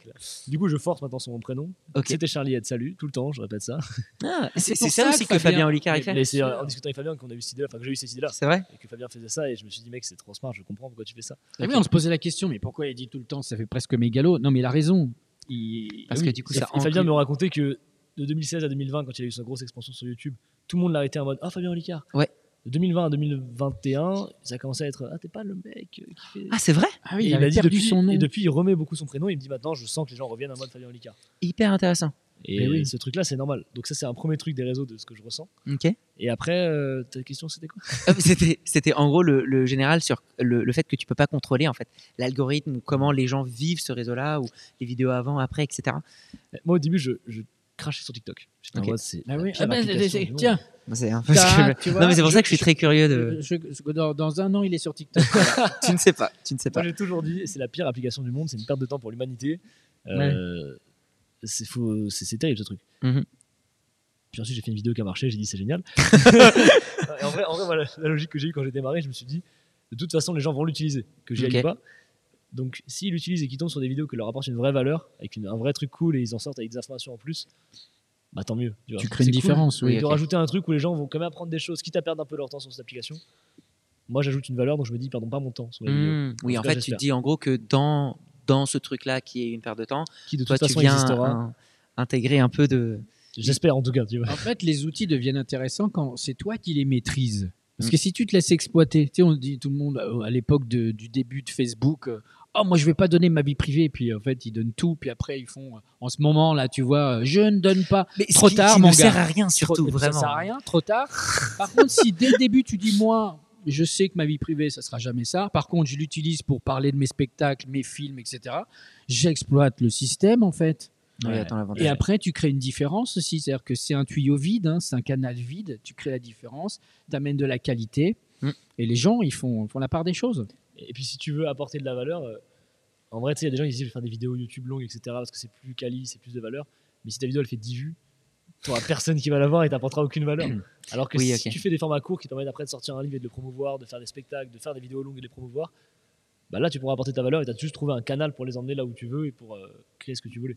Speaker 3: Du coup, je force maintenant sur mon prénom.
Speaker 2: ok
Speaker 3: C'était Charlie Head, salut, tout le temps, je répète ça.
Speaker 2: Ah, c'est
Speaker 1: pour
Speaker 2: c'est ça,
Speaker 1: ça
Speaker 2: aussi
Speaker 1: que
Speaker 2: que Fabien
Speaker 1: Fabien-
Speaker 2: Olicard il fait
Speaker 3: Mais c'est euh,
Speaker 1: sûr.
Speaker 3: en discutant avec Fabien qu'on a eu cette idée-là, enfin que j'ai eu cette idée-là,
Speaker 2: c'est vrai
Speaker 3: et que Fabien faisait ça, et je me suis dit, mec, c'est trop smart, je comprends pourquoi tu fais ça.
Speaker 1: Ah oui, on se posait la question, mais pourquoi il dit tout le temps ça fait presque mégalo Non, mais il a raison. Il-
Speaker 2: Parce
Speaker 1: Ah
Speaker 2: que
Speaker 1: oui.
Speaker 2: du coup,
Speaker 3: Et
Speaker 2: ça
Speaker 3: Fa- Fabien
Speaker 2: inclut-
Speaker 3: me racontait que de 2016 à 2020, quand il a eu sa grosse expansion sur YouTube, tout le monde l'arrêtait en mode Ah, Fabien Olicard
Speaker 2: Ouais.
Speaker 3: De 2020 à 2021, ça a commencé à être Ah, t'es pas le mec euh, qui fait.
Speaker 2: Ah, c'est vrai
Speaker 1: Ah oui,
Speaker 3: Et
Speaker 1: il, avait
Speaker 3: a dit
Speaker 1: perdu
Speaker 3: depuis-
Speaker 1: son nom.
Speaker 3: Et depuis, il remet beaucoup son prénom. Il me dit maintenant, je sens que les gens reviennent en mode Fabien Olicard.
Speaker 2: Hyper intéressant.
Speaker 3: Et
Speaker 1: Eh oui.
Speaker 3: ce truc-là, c'est normal. Donc, ça, c'est un premier truc des réseaux de ce que je ressens.
Speaker 2: *laughs* Ok.
Speaker 3: Et après, euh, ta question, c'était quoi
Speaker 2: Ah, C'était c'était en gros le, le général sur le, le fait que tu peux pas contrôler en fait l'algorithme ou comment les gens vivent ce réseau-là ou les vidéos avant, après, etc.
Speaker 3: Eh, Moi, au début, je, je crachais sur TikTok. J'étais en
Speaker 2: Ok.
Speaker 3: mode, c'est
Speaker 1: Ah
Speaker 3: la
Speaker 1: oui,
Speaker 3: pire
Speaker 1: ah ben,
Speaker 3: application
Speaker 1: c'est-
Speaker 3: du monde.
Speaker 1: tiens,
Speaker 2: C'est un peu ce que
Speaker 1: t'as-
Speaker 2: je-
Speaker 1: tu vois,
Speaker 2: Non, mais c'est pour ça que je suis très curieux de.
Speaker 1: je- je- dans, dans un an, il est sur TikTok.
Speaker 2: *laughs* Tu ne sais pas. Tu ne sais
Speaker 3: Moi,
Speaker 2: pas.
Speaker 3: j'ai toujours dit, c'est la pire application du monde, c'est une perte de temps pour l'humanité. Euh, C'est fou, c'est c'est terrible ce truc.
Speaker 2: Mhm.
Speaker 3: Puis ensuite, j'ai fait une vidéo qui a marché, j'ai dit c'est génial. Et en vrai, en vrai, voilà, la logique que j'ai eue quand j'ai démarré, je me suis dit, de toute façon, les gens vont l'utiliser, que j'y aille
Speaker 2: Ok.
Speaker 3: ou pas. Donc, s'ils l'utilisent et qu'ils tombent sur des vidéos qui leur apportent une vraie valeur, avec une- un vrai truc cool et ils en sortent avec des informations en plus, bah tant mieux. vois.
Speaker 1: tu crées une
Speaker 3: C'est cool
Speaker 1: différence, oui.
Speaker 2: Oui,
Speaker 3: de
Speaker 2: ok.
Speaker 3: rajouter un truc où les gens vont quand même apprendre des choses, quitte à perdre un peu leur temps sur cette application. Moi, j'ajoute une valeur, donc je me dis, perdons pas mon temps sur la vidéo.
Speaker 2: Hmm. Oui,
Speaker 3: En
Speaker 2: en
Speaker 3: tout cas,
Speaker 2: fait, tu te
Speaker 3: j'espère.
Speaker 2: dis en gros que dans, dans ce truc-là qui est une perte de temps,
Speaker 3: Qui de
Speaker 2: toi,
Speaker 3: toute façon
Speaker 2: tu viens
Speaker 3: existera.
Speaker 2: un- intégrer un peu de.
Speaker 3: *laughs* J'espère en tout cas, tu vois.
Speaker 1: En fait, les outils deviennent intéressants quand c'est toi qui les maîtrises. Parce que si tu te laisses exploiter, tu sais, on dit tout le monde euh, à l'époque de- du début de Facebook, euh, oh moi je vais pas donner ma vie privée, puis en fait ils donnent tout, puis après ils font, euh, en ce moment là, tu vois, euh, je ne donne pas,
Speaker 2: Mais
Speaker 1: Trop
Speaker 2: ce qui,
Speaker 1: tard,
Speaker 2: qui
Speaker 1: mon
Speaker 2: ne sert
Speaker 1: gars.
Speaker 2: à rien, surtout,
Speaker 1: Trop-
Speaker 2: vraiment.
Speaker 1: ça
Speaker 2: hein.
Speaker 1: sert à rien, trop tard. Par contre, si dès le début tu dis *laughs* moi, je sais que ma vie privée ça sera jamais ça. Par contre, je l'utilise pour parler de mes spectacles, mes films, etc. J'exploite le système en fait.
Speaker 2: Oui,
Speaker 3: Ouais.
Speaker 2: attends l'avantage.
Speaker 1: Et après, tu crées une différence aussi. C'est-à-dire que c'est un tuyau vide, hein, c'est un canal vide. Tu crées la différence, tu amènes de la qualité.
Speaker 2: Mm.
Speaker 1: Et les gens, ils font, font la part des choses.
Speaker 3: Et puis si tu veux apporter de la valeur, euh, en vrai, tu sais, il y a des gens qui disent je vais faire des vidéos YouTube longues, etc. parce que c'est plus quali, c'est plus de valeur. Mais si ta vidéo elle fait 10 vues, t'auras personne qui va la voir et t'apportera aucune *clears throat* valeur. Alors que
Speaker 2: Oui,
Speaker 3: si
Speaker 2: ok.
Speaker 3: tu fais des formats courts qui te permettent après de sortir un livre et de le promouvoir, de faire des spectacles, de faire des vidéos longues et de les promouvoir, bah là tu pourras apporter ta valeur et t'as juste trouvé un canal pour les emmener là où tu veux et pour euh, créer ce que tu voulais.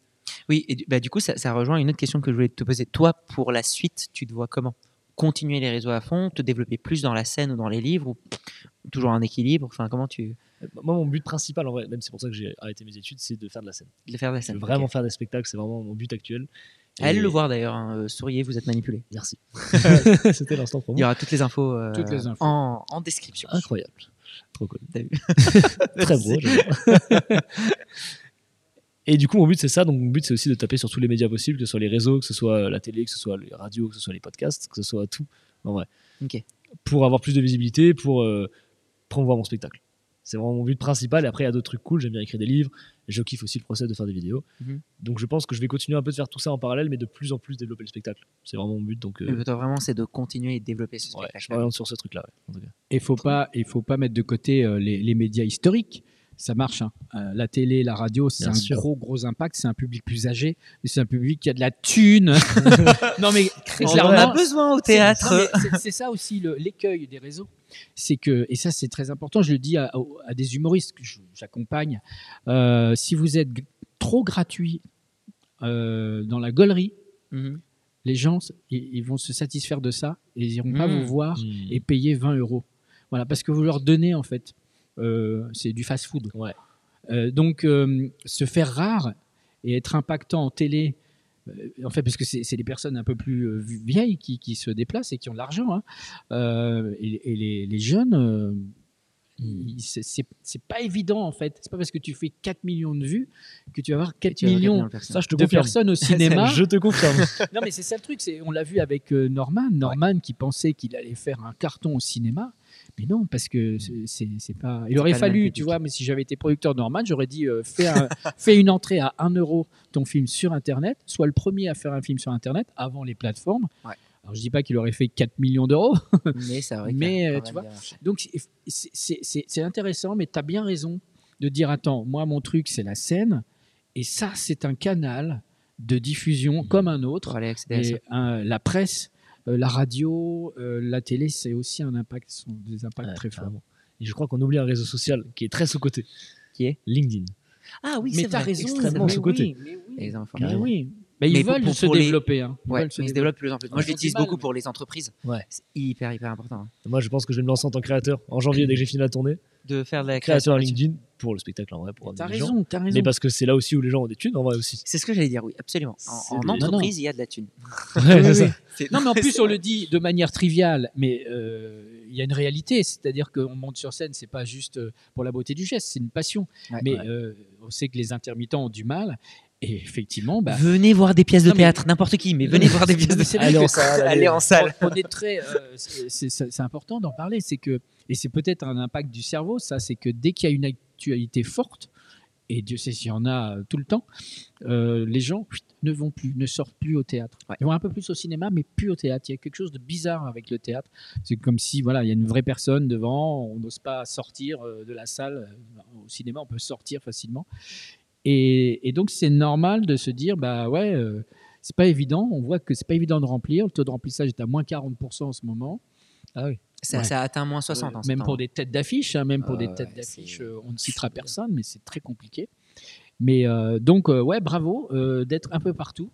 Speaker 2: Oui, et du, bah, du coup, ça, ça rejoint une autre question que je voulais te poser. Toi, pour la suite, tu te vois comment Continuer les réseaux à fond, te développer plus dans la scène ou dans les livres, ou toujours un équilibre Enfin, comment tu.
Speaker 3: Euh, Moi, mon but principal, en vrai, même c'est pour ça que j'ai arrêté mes études, c'est de faire de la scène.
Speaker 2: De faire de la
Speaker 3: Je
Speaker 2: scène
Speaker 3: veux vraiment
Speaker 2: ok.
Speaker 3: faire des spectacles, c'est vraiment mon but actuel.
Speaker 2: Allez
Speaker 3: Et-
Speaker 2: le voir d'ailleurs, hein, euh, souriez, vous êtes manipulé.
Speaker 3: Merci. *laughs* C'était l'instant pour
Speaker 2: Il y
Speaker 3: moi.
Speaker 2: aura toutes les infos, euh,
Speaker 1: Toutes les infos.
Speaker 2: En, en description.
Speaker 3: Incroyable. Trop cool.
Speaker 2: T'as vu
Speaker 3: Ah, Très beau. *laughs* j'adore. Et du coup, mon but, c'est ça. Donc, mon but, c'est aussi de taper sur tous les médias possibles, que ce soit les réseaux, que ce soit la télé, que ce soit les radios, que ce soit les podcasts, que ce soit tout, en vrai.
Speaker 2: Ok.
Speaker 3: Pour avoir plus de visibilité, pour euh, promouvoir mon spectacle. C'est vraiment mon but principal. Et après, il y a d'autres trucs cool. J'aime bien écrire des livres. Je kiffe aussi le process de faire des vidéos.
Speaker 2: Mhm.
Speaker 3: Donc, je pense que je vais continuer un peu de faire tout ça en parallèle, mais de plus en plus développer le spectacle. C'est vraiment mon but. Donc, euh,
Speaker 2: *laughs* Le toi, vraiment, c'est de continuer et de développer ce
Speaker 3: ouais, je
Speaker 2: spectacle.
Speaker 3: m'oriente sur ce truc-là. ouais, en tout cas.
Speaker 1: Et faut pas, il faut pas mettre de côté euh, les, les médias historiques. Ça marche. hein. Euh, la télé, la radio, c'est
Speaker 3: Bien
Speaker 1: un
Speaker 3: sûr.
Speaker 1: gros, gros impact. C'est un public plus âgé. mais C'est un public qui a de la thune. non, mais
Speaker 2: On
Speaker 1: clairement,
Speaker 2: en a besoin au
Speaker 1: c'est- non,
Speaker 2: théâtre.
Speaker 1: mais c'est- C'est ça aussi le- l'écueil des réseaux. C'est que, et ça c'est très important, je le dis à, au- à des humoristes que je- j'accompagne, euh, si vous êtes g- trop gratuit euh, dans la gaulerie,
Speaker 2: Mhm.
Speaker 1: les gens, ils, ils vont se satisfaire de ça et ils iront pas
Speaker 2: Mhm.
Speaker 1: vous voir
Speaker 3: Hmm.
Speaker 1: et payer 20 euros. Voilà, parce que vous leur donnez en fait, euh, c'est du fast-food.
Speaker 3: Ouais.
Speaker 1: Euh, donc euh, se faire rare et être impactant en télé, euh, en fait, parce que c'est c'est les personnes un peu plus euh, vieilles qui, qui se déplacent et qui ont de l'argent, hein. Euh, et, et les, les jeunes. euh, ils- c'est- c'est c'est pas évident en fait. C'est pas parce que tu fais 4 millions de vues que tu vas avoir 4
Speaker 2: Tu vas regarder dans
Speaker 1: millions
Speaker 2: le personnage.
Speaker 3: Ça, je te
Speaker 1: de
Speaker 3: confirme.
Speaker 1: *laughs* personnes au cinéma.
Speaker 3: Je te confirme.
Speaker 1: Non, mais c'est ça le truc. C'est, on l'a vu avec euh, Norman. Norman qui pensait qu'il allait faire un carton au cinéma. Mais non, parce que c'est, c'est- c'est pas. Il
Speaker 2: Mm.
Speaker 1: aurait
Speaker 2: C'est pas le même
Speaker 1: fallu,
Speaker 2: public.
Speaker 1: tu vois, mais si j'avais été producteur de Norman, j'aurais dit euh, fais,
Speaker 2: *laughs*
Speaker 1: un- fais une entrée à 1 euro ton film sur Internet. Sois le premier à faire un film sur Internet avant les plateformes.
Speaker 2: Ouais.
Speaker 1: Alors, je dis pas qu'il aurait fait 4 millions d'euros. *laughs*
Speaker 2: Mais ça aurait
Speaker 1: Mais,
Speaker 2: quand même
Speaker 1: euh,
Speaker 2: pas
Speaker 1: tu
Speaker 2: mal
Speaker 1: vois,
Speaker 2: démarché.
Speaker 1: Donc, c'est- c'est- c'est c'est- c'est intéressant, mais tu as bien raison de dire attends, moi, mon truc, c'est la scène. Et ça, c'est un canal de
Speaker 2: Mm.
Speaker 1: diffusion comme un autre.
Speaker 2: Pour aller accéder à ça.
Speaker 1: Et euh, la presse, euh, la radio, euh, la télé, c'est aussi un impact, ce sont des impacts
Speaker 3: Ouais,
Speaker 1: très forts.
Speaker 3: carrément. *laughs* Et je crois qu'on oublie un réseau social qui est très sous-coté.
Speaker 2: Qui est
Speaker 3: LinkedIn.
Speaker 2: Ah oui,
Speaker 1: mais
Speaker 2: c'est
Speaker 1: tu as
Speaker 2: vrai,
Speaker 1: raison,
Speaker 2: extrêmement
Speaker 1: mais
Speaker 3: ce
Speaker 2: sous-
Speaker 3: côté.
Speaker 1: oui, mais oui.
Speaker 2: Les enfants.
Speaker 1: Mais
Speaker 3: Carrément.
Speaker 1: oui. Mais
Speaker 2: Mais
Speaker 1: ils
Speaker 2: pour-
Speaker 1: veulent
Speaker 2: pour-
Speaker 1: se
Speaker 2: pour les-
Speaker 1: développer. hein. Ils
Speaker 2: Ouais,
Speaker 1: veulent se
Speaker 2: mais ils se
Speaker 1: développer.
Speaker 2: développent de plus en plus.
Speaker 1: Ils
Speaker 2: Moi, je
Speaker 1: ont du
Speaker 2: l'utilise
Speaker 1: mal,
Speaker 2: beaucoup
Speaker 1: mais-
Speaker 2: pour les entreprises.
Speaker 3: Ouais.
Speaker 2: C'est hyper, hyper important. hein,
Speaker 3: Moi, je pense que je vais me lancer en tant que créateur en janvier dès que j'ai fini la tournée.
Speaker 2: De faire de la création.
Speaker 3: Créateur à LinkedIn pour le spectacle en vrai, pour
Speaker 1: T'as
Speaker 3: amener les gens.
Speaker 1: raison, t'as raison.
Speaker 3: Mais parce que c'est là aussi où les gens ont des thunes en vrai aussi.
Speaker 2: C'est ce que j'allais dire, oui, absolument. En,
Speaker 3: C'est
Speaker 2: en
Speaker 3: des-
Speaker 2: entreprise, il y a de la thune.
Speaker 1: Oui,
Speaker 3: c'est
Speaker 1: oui.
Speaker 3: *laughs* ça.
Speaker 1: Non, mais en plus, on le dit de manière triviale, mais euh, il y a une réalité. C'est-à-dire qu'on monte sur scène, c'est pas juste euh, pour la beauté du geste, c'est une passion.
Speaker 2: Ouais.
Speaker 1: mais
Speaker 2: Ouais.
Speaker 1: euh, on sait que les intermittents ont du mal. Et effectivement, bah,
Speaker 2: venez voir des pièces de
Speaker 1: Non, mais-
Speaker 2: théâtre, n'importe qui, mais venez voir des pièces
Speaker 1: *laughs*
Speaker 2: de
Speaker 1: Mais c'est vrai
Speaker 2: théâtre.
Speaker 1: que-
Speaker 2: *laughs* Allez en salle.
Speaker 1: On est très, euh, c'est- c'est c'est important d'en parler. C'est que et c'est peut-être un impact du cerveau. Ça, c'est que dès qu'il y a une actualité forte, et Dieu sait s'il y en a euh, tout le temps, euh, les gens pfft, ne vont plus, ne sortent plus au théâtre.
Speaker 2: Ouais.
Speaker 1: Ils vont un peu plus au cinéma, mais plus au théâtre. Il y a quelque chose de bizarre avec le théâtre. C'est comme si voilà, il y a une vraie personne devant. On n'ose pas sortir euh, de la salle. Au cinéma, on peut sortir facilement. Et, et donc c'est normal de se dire bah ouais. euh, c'est pas évident. On voit que c'est pas évident de remplir. Le taux de remplissage est à moins 40% en ce moment.
Speaker 2: Ah Ça,
Speaker 1: Ouais.
Speaker 2: ça atteint moins hein, 60 en ce
Speaker 1: même
Speaker 2: temps.
Speaker 1: pour des têtes d'affiche, hein, même pour
Speaker 2: Ah
Speaker 1: des
Speaker 2: ouais,
Speaker 1: têtes
Speaker 2: c'est-
Speaker 1: d'affiche, euh, on ne citera personne, mais c'est très compliqué. Mais euh, donc, euh, ouais, bravo euh, d'être un peu partout.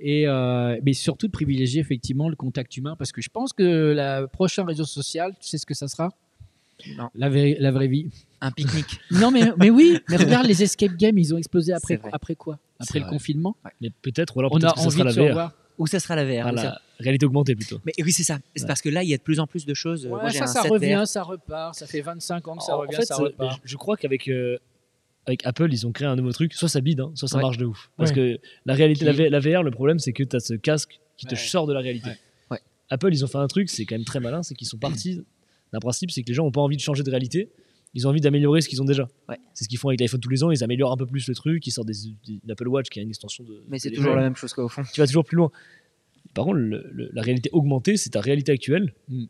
Speaker 1: Et, euh, mais surtout de privilégier effectivement le contact humain parce que je pense que le prochain réseau social, tu sais ce que ça sera
Speaker 2: Non.
Speaker 1: La, vraie, la vraie vie. *laughs*
Speaker 2: Un pique-nique.
Speaker 1: Non, mais, mais oui, mais regarde les escape games, ils ont explosé
Speaker 2: C'est
Speaker 1: après,
Speaker 2: vrai.
Speaker 1: après quoi
Speaker 3: C'est
Speaker 1: Après le
Speaker 3: vrai.
Speaker 1: confinement
Speaker 3: Mais peut-être, ou alors
Speaker 1: On
Speaker 3: peut-être
Speaker 1: a
Speaker 3: que ça
Speaker 1: envie
Speaker 3: sera
Speaker 1: de
Speaker 3: la
Speaker 1: se
Speaker 3: VR.
Speaker 1: revoir.
Speaker 2: Où ça sera la VR.
Speaker 3: Ah,
Speaker 2: où ça-
Speaker 3: la réalité augmentée plutôt.
Speaker 2: Mais oui, c'est ça. C'est
Speaker 3: Ouais.
Speaker 2: parce que là, il y a de plus en plus de choses.
Speaker 1: Ouais,
Speaker 2: Euh, Moi, j'ai
Speaker 1: ça,
Speaker 2: un
Speaker 1: ça
Speaker 2: set
Speaker 1: revient,
Speaker 2: VR.
Speaker 1: ça repart. Ça fait 25
Speaker 2: Ah
Speaker 1: ans que ça
Speaker 3: En-
Speaker 1: revient,
Speaker 3: en fait,
Speaker 1: ça
Speaker 3: c'est-
Speaker 2: hein.
Speaker 1: repart.
Speaker 3: je crois qu'avec euh, avec Apple, ils ont créé un nouveau truc. Soit ça bide, hein, soit ça
Speaker 2: Ouais.
Speaker 3: marche de ouf. Parce
Speaker 1: Ouais.
Speaker 3: que la réalité,
Speaker 1: Qui-
Speaker 3: la, V- la VR, le problème, c'est que tu as ce casque qui te
Speaker 1: Ouais.
Speaker 3: sort de la réalité.
Speaker 1: Ouais.
Speaker 2: Ouais.
Speaker 3: Apple, ils ont fait un truc, c'est quand même très malin, c'est qu'ils sont partis d'un principe, c'est que les gens n'ont pas envie de changer de réalité. ils ont envie d'améliorer ce qu'ils ont déjà.
Speaker 2: Ouais.
Speaker 3: C'est ce qu'ils font avec l'iPhone tous les ans, ils améliorent un peu plus le truc, ils sortent des, des- une Apple Watch qui a une extension de.
Speaker 2: Mais c'est
Speaker 3: de
Speaker 2: toujours
Speaker 3: téléphone.
Speaker 2: la même chose qu'au fond.
Speaker 3: Tu vas toujours plus loin. Par contre, le- le- la réalité augmentée, c'est ta réalité actuelle.
Speaker 1: Mm.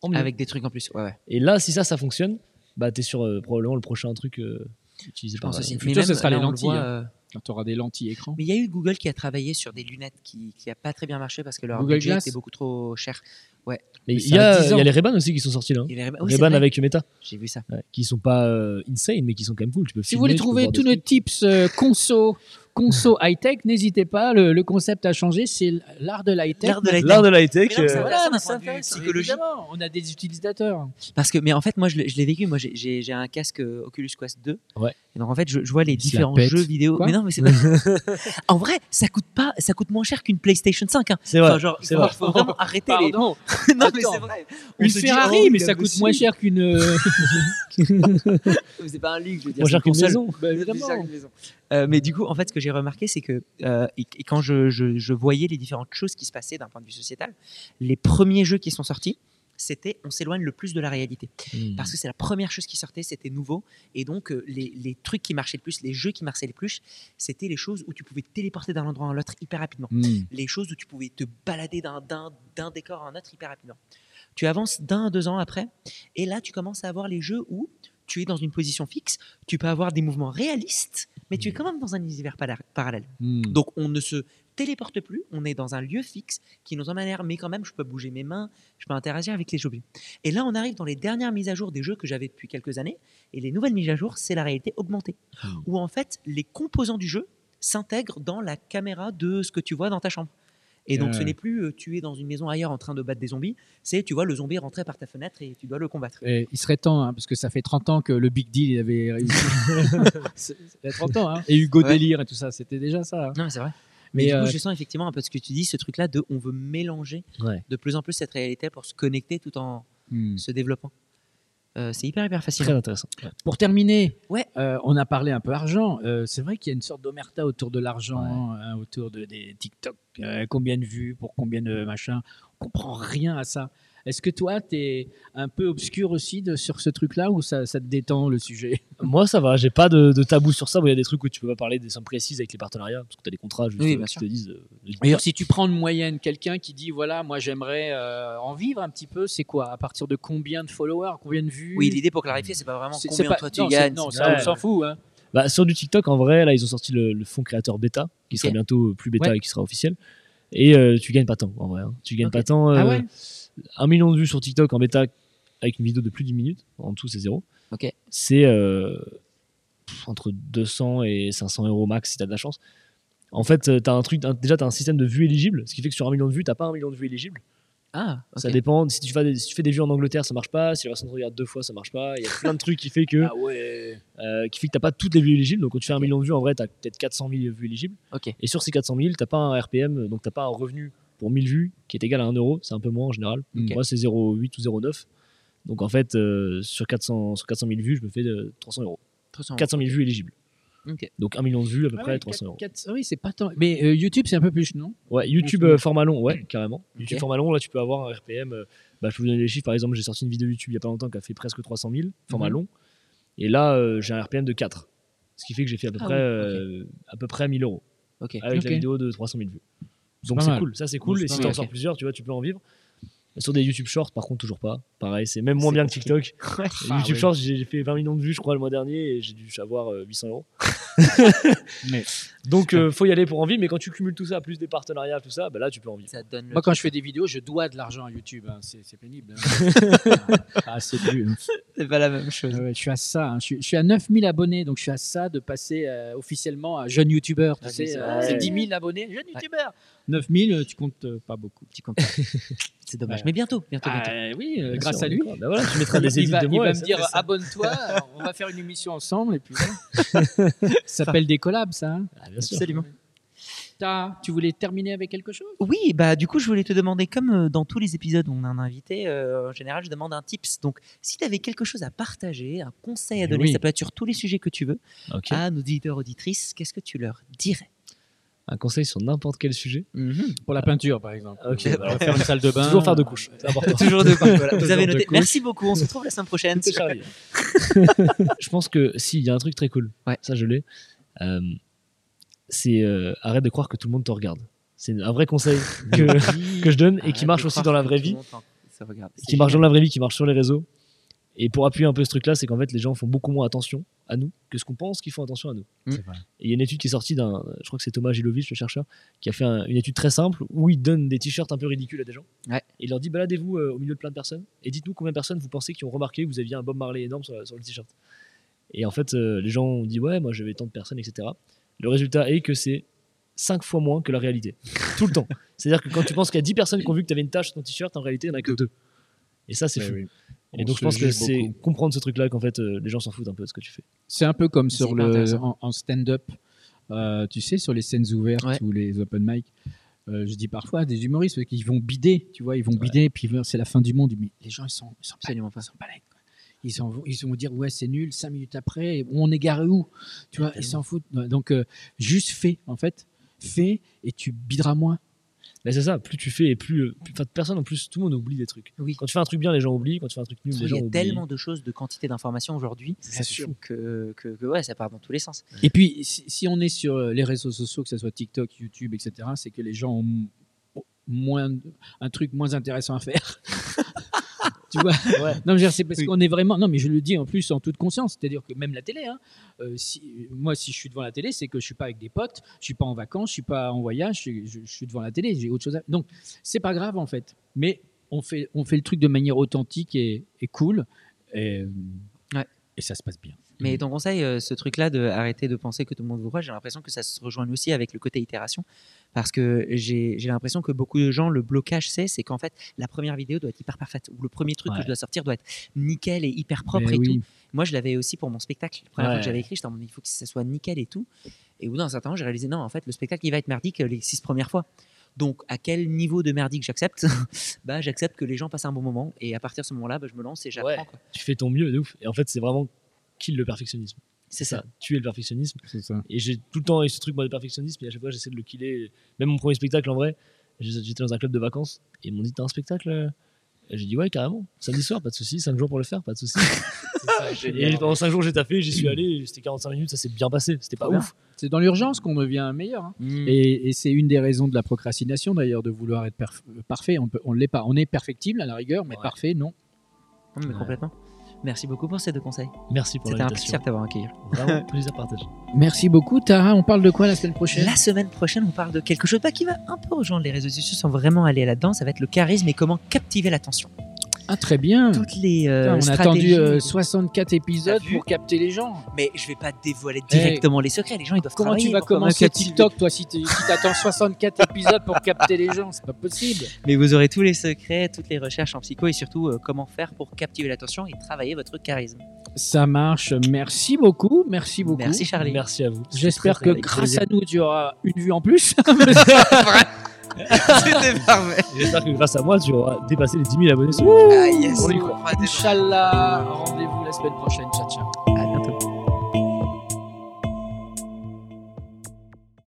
Speaker 3: en mieux.
Speaker 2: Avec des trucs en plus. Ouais, ouais.
Speaker 3: Et là, si ça, ça fonctionne, bah t'es sur euh, probablement le prochain truc euh, utilisé
Speaker 2: Je pense
Speaker 3: par.
Speaker 2: aussi.
Speaker 1: le
Speaker 2: Mais
Speaker 1: futur, ce
Speaker 2: même,
Speaker 1: sera les
Speaker 2: là, on le
Speaker 1: lentilles,
Speaker 2: voit,
Speaker 1: hein.
Speaker 2: euh,
Speaker 1: Quand tu auras des lentilles écran.
Speaker 2: Mais il y a eu Google qui a travaillé sur des lunettes qui qui a pas très bien marché parce que leur
Speaker 1: Google
Speaker 2: budget
Speaker 1: Glass
Speaker 2: était beaucoup trop cher.
Speaker 3: Mais
Speaker 1: Mais
Speaker 3: il
Speaker 1: ça
Speaker 3: y,
Speaker 1: a
Speaker 3: a
Speaker 1: 10
Speaker 3: il y
Speaker 1: ans.
Speaker 3: a les Ray-Ban aussi qui sont sortis là.
Speaker 2: Il y avait- oui, c'est
Speaker 3: Ray-Ban
Speaker 2: vrai.
Speaker 3: avec Meta,
Speaker 2: J'ai vu ça.
Speaker 3: ouais, qui sont pas euh, insane, mais qui sont quand même cool. Tu peux
Speaker 1: Si vous voulez trouver tous nos tips euh, conso, conso high-tech, n'hésitez pas. Le, le concept a changé. C'est l'art de l'high-tech.
Speaker 2: L'art de la
Speaker 3: L'art de la high-tech.
Speaker 2: Mais non, ça
Speaker 3: euh,
Speaker 2: va.
Speaker 1: Voilà,
Speaker 2: Intéressant
Speaker 1: mais ça
Speaker 2: d'un point de vue
Speaker 1: intéresse,
Speaker 2: psychologique.
Speaker 1: évidemment. On a des utilisateurs.
Speaker 2: Parce que, mais en fait, moi, je l'ai je l'ai vécu. Moi, j'ai- j'ai j'ai un casque euh, Oculus Quest 2.
Speaker 3: Ouais.
Speaker 2: Et donc, en fait, je, je vois les
Speaker 1: Il se la
Speaker 2: différents
Speaker 1: pète.
Speaker 2: jeux vidéo.
Speaker 1: Quoi
Speaker 2: mais non,
Speaker 1: *laughs*
Speaker 2: mais c'est pas. en vrai, ça coûte pas, ça coûte moins cher qu'une PlayStation 5. Hein.
Speaker 3: C'est vrai.
Speaker 2: Enfin, genre, il
Speaker 3: c'est
Speaker 2: faut,
Speaker 3: vrai.
Speaker 2: faut vraiment arrêter les.
Speaker 1: Pardon.
Speaker 2: *laughs* non, mais
Speaker 1: Attends.
Speaker 2: c'est vrai. On
Speaker 1: Une
Speaker 2: se dit,
Speaker 1: Ferrari,
Speaker 2: oh,
Speaker 1: mais
Speaker 2: il a
Speaker 1: ça coûte
Speaker 2: bossé.
Speaker 1: moins cher qu'une.
Speaker 2: *laughs*
Speaker 1: euh,
Speaker 2: C'est pas un luxe, je veux dire.
Speaker 3: Moins cher
Speaker 2: c'est une
Speaker 3: qu'une
Speaker 2: console.
Speaker 3: maison.
Speaker 1: bah,
Speaker 2: Déjà
Speaker 1: évidemment.
Speaker 2: une maison. Euh, mais du coup, en fait, ce que j'ai remarqué, c'est que euh, et, et quand je, je- je voyais les différentes choses qui se passaient d'un point de vue sociétal, les premiers jeux qui sont sortis, c'était on s'éloigne le plus de la réalité. Parce que c'est la première chose qui sortait, c'était nouveau. Et donc, euh, les, les trucs qui marchaient le plus, les jeux qui marchaient le plus, c'était les choses où tu pouvais te téléporter d'un endroit à l'autre hyper
Speaker 3: Hmm.
Speaker 2: rapidement. Les choses où tu pouvais te balader d'un- d'un d'un décor à un autre hyper rapidement. Tu avances d'un à deux ans après, et là, tu commences à avoir les jeux où tu es dans une position fixe, tu peux avoir des mouvements réalistes, mais tu es quand même dans un univers pala- parallèle.
Speaker 3: Hmm.
Speaker 2: Donc on ne se téléporte plus, on est dans un lieu fixe qui nous emmène ailleurs, mais quand même je peux bouger mes mains, je peux interagir avec les objets. Et là on arrive dans les dernières mises à jour des jeux que j'avais depuis quelques années, et les nouvelles mises à jour c'est la réalité augmentée,
Speaker 1: Ah.
Speaker 2: où en fait les composants du jeu s'intègrent dans la caméra de ce que tu vois dans ta chambre. Et donc
Speaker 1: Ah
Speaker 2: ce
Speaker 1: ouais.
Speaker 2: n'est plus euh, tu es dans une maison ailleurs en train de battre des zombies, c'est tu vois le zombie rentrer par ta fenêtre et tu dois le combattre.
Speaker 1: Eh, il serait temps, hein, parce que ça fait 30 ans que le Big Deal il avait *laughs* réussi. ça fait 30 ans, hein. Et Hugo
Speaker 2: Ouais.
Speaker 1: Délire et tout ça, c'était déjà ça. hein.
Speaker 2: Non, mais c'est vrai. Mais,
Speaker 1: Mais,
Speaker 2: du coup,
Speaker 1: euh,
Speaker 2: je sens effectivement un peu ce que tu dis, ce truc-là de on veut mélanger
Speaker 3: Ouais.
Speaker 2: de plus en plus cette réalité pour se connecter tout en
Speaker 1: hmm.
Speaker 2: se développant. Euh, c'est hyper, hyper
Speaker 3: Très
Speaker 2: fascinant.
Speaker 3: intéressant.
Speaker 1: Pour terminer,
Speaker 2: Ouais.
Speaker 1: euh, on a parlé un peu argent. Euh, c'est vrai qu'il y a une sorte d'omerta autour de l'argent, hein, autour de, des TikTok. euh, combien de vues pour combien de machin On comprend rien à ça. Est-ce que toi, tu es un peu obscur aussi de- sur ce truc-là ou ça, ça te détend le sujet
Speaker 3: Moi, ça va, j'ai pas de, de tabou sur ça. Bon, Il y a des trucs où tu peux pas parler des sommes précises avec les partenariats, parce que t'as des contrats juste
Speaker 2: Oui,
Speaker 3: euh,
Speaker 2: bien
Speaker 3: qui
Speaker 2: sûr.
Speaker 3: te disent. euh, de-
Speaker 1: D'ailleurs, si tu prends de moyenne quelqu'un qui dit voilà, moi j'aimerais euh, en vivre un petit peu, c'est quoi À partir de combien de followers Combien de vues
Speaker 2: Oui, l'idée pour clarifier, c'est pas vraiment
Speaker 1: C'est- c'est
Speaker 2: combien
Speaker 1: pas-
Speaker 2: toi tu
Speaker 1: non, c'est-
Speaker 2: gagnes.
Speaker 1: Non,
Speaker 2: c'est-
Speaker 1: ça, on
Speaker 3: Ouais.
Speaker 1: s'en fout. hein.
Speaker 3: Bah, sur du TikTok, en vrai, là, ils ont sorti le, le fonds créateur bêta, qui sera
Speaker 2: Ok.
Speaker 3: bientôt euh, plus bêta
Speaker 1: Ouais.
Speaker 3: et qui sera officiel. Et euh, tu gagnes pas tant, en vrai. hein. Tu gagnes
Speaker 2: Ok.
Speaker 3: pas tant.
Speaker 1: Ah
Speaker 3: euh,
Speaker 1: ouais
Speaker 3: Un million de vues sur TikTok en bêta avec une vidéo de plus d'une minute. En tout, c'est zéro.
Speaker 2: Ok.
Speaker 3: C'est euh, pff, entre 200 et 500 euros max si t'as de la chance. En fait, euh, t'as un truc, un- déjà, t'as un système de vues éligibles, ce qui fait que sur un million de vues, t'as pas un million de vues éligibles.
Speaker 2: Ah, ok.
Speaker 3: Ça dépend. Si tu, fais des, si tu fais des vues en Angleterre, ça marche pas. Si la personne te regarde deux fois, ça marche pas. Il y a plein de trucs qui fait que
Speaker 1: Ah ouais.
Speaker 3: euh, qui fait que t'as pas toutes les vues éligibles. Donc quand tu fais un million de vues, en vrai, t'as peut-être 400 000 vues éligibles.
Speaker 2: Ok.
Speaker 3: Et sur ces 400 000, t'as pas un RPM, donc t'as pas un revenu pour 1000 vues qui est égal à 1 euro. C'est un peu moins en général.
Speaker 1: Ok.
Speaker 3: Moi, c'est 0,8 ou 0,9. Donc en fait, euh, sur, 400, sur 400 000 vues, je me fais euh, 300 euros.
Speaker 2: 300.
Speaker 3: 400 000 vues éligibles.
Speaker 2: Ah, Ok.
Speaker 3: Donc un million de vues, à peu
Speaker 1: Ah
Speaker 3: près
Speaker 1: ouais,
Speaker 3: 300 euros.
Speaker 1: quatre- quatre- oui, c'est pas tant. Mais euh, YouTube, c'est un peu plus, non
Speaker 3: Ouais, YouTube
Speaker 1: Mhm.
Speaker 3: euh, format long, ouais, carrément. YouTube
Speaker 2: Ok.
Speaker 3: format long, là, tu peux avoir un RPM. euh, bah, je peux vous donner les chiffres. Par exemple, j'ai sorti une vidéo YouTube il y a pas longtemps qui a fait presque 300 000, format
Speaker 2: Mhm.
Speaker 3: long. Et là, euh, j'ai un RPM de 4. Ce qui fait que j'ai fait à peu,
Speaker 2: Ah
Speaker 3: près,
Speaker 2: oui, ok.
Speaker 3: euh, à peu près 1000 euros
Speaker 2: Ok.
Speaker 3: avec
Speaker 1: Ok.
Speaker 3: la vidéo de 300 000 vues. Donc
Speaker 1: pas
Speaker 3: c'est
Speaker 1: mal.
Speaker 3: cool, ça c'est
Speaker 1: Oui,
Speaker 3: cool.
Speaker 1: c'est
Speaker 3: Et si
Speaker 1: pas
Speaker 3: t'en
Speaker 1: mal,
Speaker 3: sors
Speaker 1: ok.
Speaker 3: plusieurs, tu vois, tu peux en vivre. Sur des YouTube Shorts, par contre, toujours pas. Pareil, c'est même moins
Speaker 2: C'est
Speaker 3: bien que TikTok.
Speaker 1: Ah
Speaker 3: YouTube
Speaker 1: ouais.
Speaker 3: Shorts, j'ai fait 20 millions de vues, je crois, le mois dernier, et j'ai dû avoir euh, 800 euros.
Speaker 1: *laughs* Mais-
Speaker 3: Donc, euh, faut y aller pour en vivre, mais quand tu cumules tout ça, plus des partenariats, tout ça, bah là, tu peux en vivre.
Speaker 2: Ça te donne le-
Speaker 1: Moi, quand je fais des vidéos, je dois de l'argent à YouTube. hein. C'est c'est pénible. hein. *laughs* ah, c'est plus. hein.
Speaker 2: C'est pas la même chose.
Speaker 1: Ah ouais, je suis à ça. hein. Je, suis, je suis à 9000 abonnés, donc je suis à ça de passer euh, officiellement à jeune YouTuber. Tu
Speaker 2: Ah,
Speaker 1: sais,
Speaker 2: c'est ça.
Speaker 1: euh,
Speaker 3: Ouais.
Speaker 1: c'est 10 000 abonnés, jeune YouTuber. 9000, euh, tu comptes euh, pas beaucoup.
Speaker 2: Petit compte. C'est dommage.
Speaker 1: Ouais.
Speaker 2: Bah, Mais bientôt, bientôt, bientôt.
Speaker 1: Ah, oui, euh,
Speaker 3: Bien
Speaker 1: grâce
Speaker 3: sûr,
Speaker 1: à lui.
Speaker 3: d'accord. Bah voilà, tu mettras
Speaker 1: *laughs*
Speaker 3: des
Speaker 1: il
Speaker 3: édits
Speaker 1: va,
Speaker 3: de
Speaker 1: il
Speaker 3: moi.
Speaker 1: va
Speaker 3: et
Speaker 1: me
Speaker 3: ça,
Speaker 1: dire
Speaker 3: c'est ça.
Speaker 1: abonne-toi, on va faire une émission ensemble et puis. voilà. *laughs* ça s'appelle des collabs, ça. hein.
Speaker 3: Ah, bien sûr.
Speaker 2: Absolument.
Speaker 1: T'as- tu voulais terminer avec quelque chose
Speaker 2: Oui, bah du coup, je voulais te demander, comme euh, dans tous les épisodes où on a un invité, euh, en général, je demande un tips. Donc, si tu avais quelque chose à partager, un conseil à
Speaker 1: Mais
Speaker 2: donner,
Speaker 1: oui.
Speaker 2: ça peut être sur tous les sujets que tu veux,
Speaker 3: Ok.
Speaker 2: à nos auditeurs, auditrices, qu'est-ce que tu leur dirais
Speaker 3: un conseil sur n'importe quel sujet.
Speaker 2: Mhm.
Speaker 1: Pour la peinture, par exemple.
Speaker 3: Ok,
Speaker 1: Euh,
Speaker 3: bah,
Speaker 1: faire une salle de bain.
Speaker 3: Toujours faire de couches. C'est
Speaker 1: *laughs*
Speaker 3: important. *laughs*
Speaker 2: Toujours de quoi, voilà. Vous
Speaker 3: Toujours
Speaker 2: avez
Speaker 3: de
Speaker 2: noté.
Speaker 3: couche.
Speaker 2: Merci beaucoup. On se retrouve la semaine prochaine.
Speaker 1: *laughs*
Speaker 3: C'est Charlie. je pense que si, il y a un truc très cool.
Speaker 2: Ouais.
Speaker 3: Ça, je l'ai. Euh, c'est euh, arrête de croire que tout le monde te regarde. C'est un vrai conseil que,
Speaker 1: *laughs*
Speaker 3: que je donne et qui marche aussi dans la vraie vie. Qui marche dans la vraie vie, qui marche sur les réseaux. Et pour appuyer un peu ce truc-là, c'est qu'en fait, les gens font beaucoup moins attention à nous que ce qu'on pense qu'ils font attention à nous.
Speaker 2: C'est
Speaker 1: vrai.
Speaker 3: Et il y a une étude qui est sortie d'un, je crois que c'est Thomas Gilovich, le chercheur, qui a fait un- une étude très simple où il donne des t-shirts un peu ridicules à des gens.
Speaker 2: Ouais.
Speaker 3: Et il leur dit baladez-vous euh, au milieu de plein de personnes et dites-nous combien de personnes vous pensez qui ont remarqué que vous aviez un Bob Marley énorme sur, la- sur le t-shirt. Et en fait, euh, les gens ont dit ouais, moi j'avais tant de personnes, etc. Le résultat est que c'est 5 fois moins que
Speaker 1: *laughs*
Speaker 3: la réalité. Tout le temps. C'est-à-dire que quand tu penses qu'il y a 10 personnes qui ont vu que tu avais une tache sur ton t-shirt, en réalité, il n'y en a que 2. Et ça, c'est
Speaker 1: Ouais,
Speaker 3: fou.
Speaker 1: oui.
Speaker 3: Et
Speaker 1: On
Speaker 3: donc je
Speaker 1: se
Speaker 3: pense que
Speaker 1: juge
Speaker 3: c'est
Speaker 1: beaucoup.
Speaker 3: comprendre ce truc-là qu'en fait euh, les gens s'en foutent un peu de ce que tu fais.
Speaker 1: C'est un peu comme
Speaker 2: C'est
Speaker 1: sur le,
Speaker 2: hyper intéressant.
Speaker 1: en, en stand-up, euh, tu sais, sur les scènes ouvertes
Speaker 2: Ouais.
Speaker 1: ou les open mic. euh, je dis parfois à des humoristes qui vont bider, tu vois, ils vont bider, et puis c'est la fin du monde. Mais les gens, ils sont, ils sont
Speaker 2: Absolument pas.
Speaker 1: ils sont balèques, quoi. Ils, s'en vont- ils vont dire ouais c'est nul, cinq minutes après, on est garé où Tu vois, ils s'en foutent. Donc euh, juste fais en fait, fais et tu bideras moins.
Speaker 3: Mais c'est ça, plus tu fais et plus, euh, plus- enfin, personne en plus, tout le monde oublie des trucs.
Speaker 2: Oui.
Speaker 3: Quand tu fais un truc bien, les gens oublient. Quand tu fais un truc nul,
Speaker 2: Il
Speaker 3: les
Speaker 2: y
Speaker 3: gens
Speaker 2: a
Speaker 3: oublient.
Speaker 2: tellement de choses, de quantité d'informations aujourd'hui
Speaker 3: C'est sûr. Mmh.
Speaker 2: que, que, que ouais, ça part dans tous les sens.
Speaker 1: Et puis si, si on est sur euh, les réseaux sociaux, que ce soit TikTok, YouTube, etc., c'est que les gens ont m- moins un truc moins intéressant à faire. *laughs* tu vois
Speaker 3: Ouais.
Speaker 1: Non, mais je veux dire, c'est parce
Speaker 2: Oui.
Speaker 1: qu'on est vraiment. Non, mais je le dis en plus en toute conscience. C'est-à-dire que même la télé, hein, euh, si, moi, si je suis devant la télé, c'est que je suis pas avec des potes, je suis pas en vacances, je suis pas en voyage, je, suis- je- je suis devant la télé, j'ai autre chose à. Donc, c'est pas grave en fait. Mais on fait, on fait le truc de manière authentique et, et cool. Et,
Speaker 2: Ouais.
Speaker 1: et ça se passe bien.
Speaker 2: Mais ton conseil, euh, ce truc-là de arrêter de penser que tout le monde vous croit, j'ai l'impression que ça se rejoint aussi avec le côté itération. Parce que j'ai j'ai l'impression que beaucoup de gens, le blocage, c'est c'est qu'en fait, la première vidéo doit être hyper parfaite. Ou le premier truc que
Speaker 3: Ouais.
Speaker 2: je dois sortir doit être nickel et hyper propre
Speaker 1: Mais
Speaker 2: et
Speaker 1: oui.
Speaker 2: tout. Moi, je l'avais aussi pour mon spectacle. La première fois
Speaker 3: Ouais.
Speaker 2: que j'avais écrit, j'étais en mode, il faut que ça soit nickel et tout. Et au bout d'un certain moment, j'ai réalisé, non, en fait, le spectacle, il va être merdique euh, les six premières fois. Donc, à quel niveau de merdique j'accepte *laughs* bah, J'accepte que les gens passent un bon moment. Et à partir de ce moment-là, bah, je me lance et j'apprends.
Speaker 3: Ouais.
Speaker 2: quoi.
Speaker 3: Tu fais ton mieux, de ouf. Et en fait, c'est vraiment kill le perfectionnisme.
Speaker 2: C'est ça.
Speaker 3: Tu es le perfectionnisme.
Speaker 1: C'est ça.
Speaker 3: Et j'ai tout le temps eu ce truc moi, de perfectionnisme, et à chaque fois j'essaie de le killer. Même mon premier spectacle en vrai, j'ai- j'étais dans un club de vacances, et ils m'ont dit T'as un spectacle euh Et J'ai dit Ouais, carrément. Samedi soir, pas de souci, 5 jours pour le faire, pas de souci. et pendant 5 jours j'ai taffé, j'y suis allé, c'était 45 minutes, ça s'est bien passé, c'était pas
Speaker 1: Trop bien.
Speaker 3: ouf.
Speaker 1: C'est dans l'urgence qu'on devient meilleur. hein.
Speaker 2: Mm.
Speaker 1: Et, et c'est une des raisons de la procrastination d'ailleurs, de vouloir être perf- euh, parfait. On peut- on ne l'est pas. On est perfectible à la rigueur, mais
Speaker 3: Ouais.
Speaker 1: parfait, non.
Speaker 2: Non, mais
Speaker 3: Ouais.
Speaker 2: complètement. Merci beaucoup pour ces deux conseils.
Speaker 3: Merci pour
Speaker 2: C'était un plaisir
Speaker 3: l'invitation.
Speaker 2: de t'avoir accueilli.
Speaker 3: Vraiment, plaisir partagé.
Speaker 1: Merci beaucoup, Tara. On parle de quoi la semaine prochaine
Speaker 2: La semaine prochaine, on parle de quelque chose bah, qui va un peu rejoindre les réseaux sociaux sans vraiment aller là-dedans. Ça va être le charisme et comment captiver l'attention.
Speaker 1: Ah, très bien.
Speaker 2: Toutes les euh,
Speaker 1: Putain, on a
Speaker 2: stratégies.
Speaker 1: attendu euh, 64 épisodes
Speaker 2: T'as vu
Speaker 1: pour capter les gens.
Speaker 2: Mais je vais pas dévoiler
Speaker 1: Hey.
Speaker 2: directement les secrets. Les gens, ils doivent
Speaker 1: Comment
Speaker 2: travailler.
Speaker 1: tu vas
Speaker 2: pour quand même
Speaker 1: commencer
Speaker 2: captiver.
Speaker 1: TikTok, toi, si t'es- si t'attends 64 épisodes pour capter les gens C'est pas possible.
Speaker 2: Mais vous aurez tous les secrets, toutes les recherches en psycho et surtout euh, comment faire pour captiver l'attention et travailler votre charisme.
Speaker 1: Ça marche. Merci beaucoup. Merci beaucoup.
Speaker 2: Merci Charlie. *laughs*
Speaker 3: Merci à vous.
Speaker 1: J'espère
Speaker 3: C'était
Speaker 1: que
Speaker 3: très, très
Speaker 1: grâce
Speaker 3: plaisir.
Speaker 1: à nous, tu auras une vue en plus.
Speaker 2: C'était parfait.
Speaker 3: J'espère que grâce à moi, tu auras dépassé les 10 000 abonnés sur
Speaker 2: Ah yes.
Speaker 3: On y
Speaker 2: on fera des-
Speaker 1: Inch'Allah. Rendez-vous la semaine prochaine. Ciao, ciao.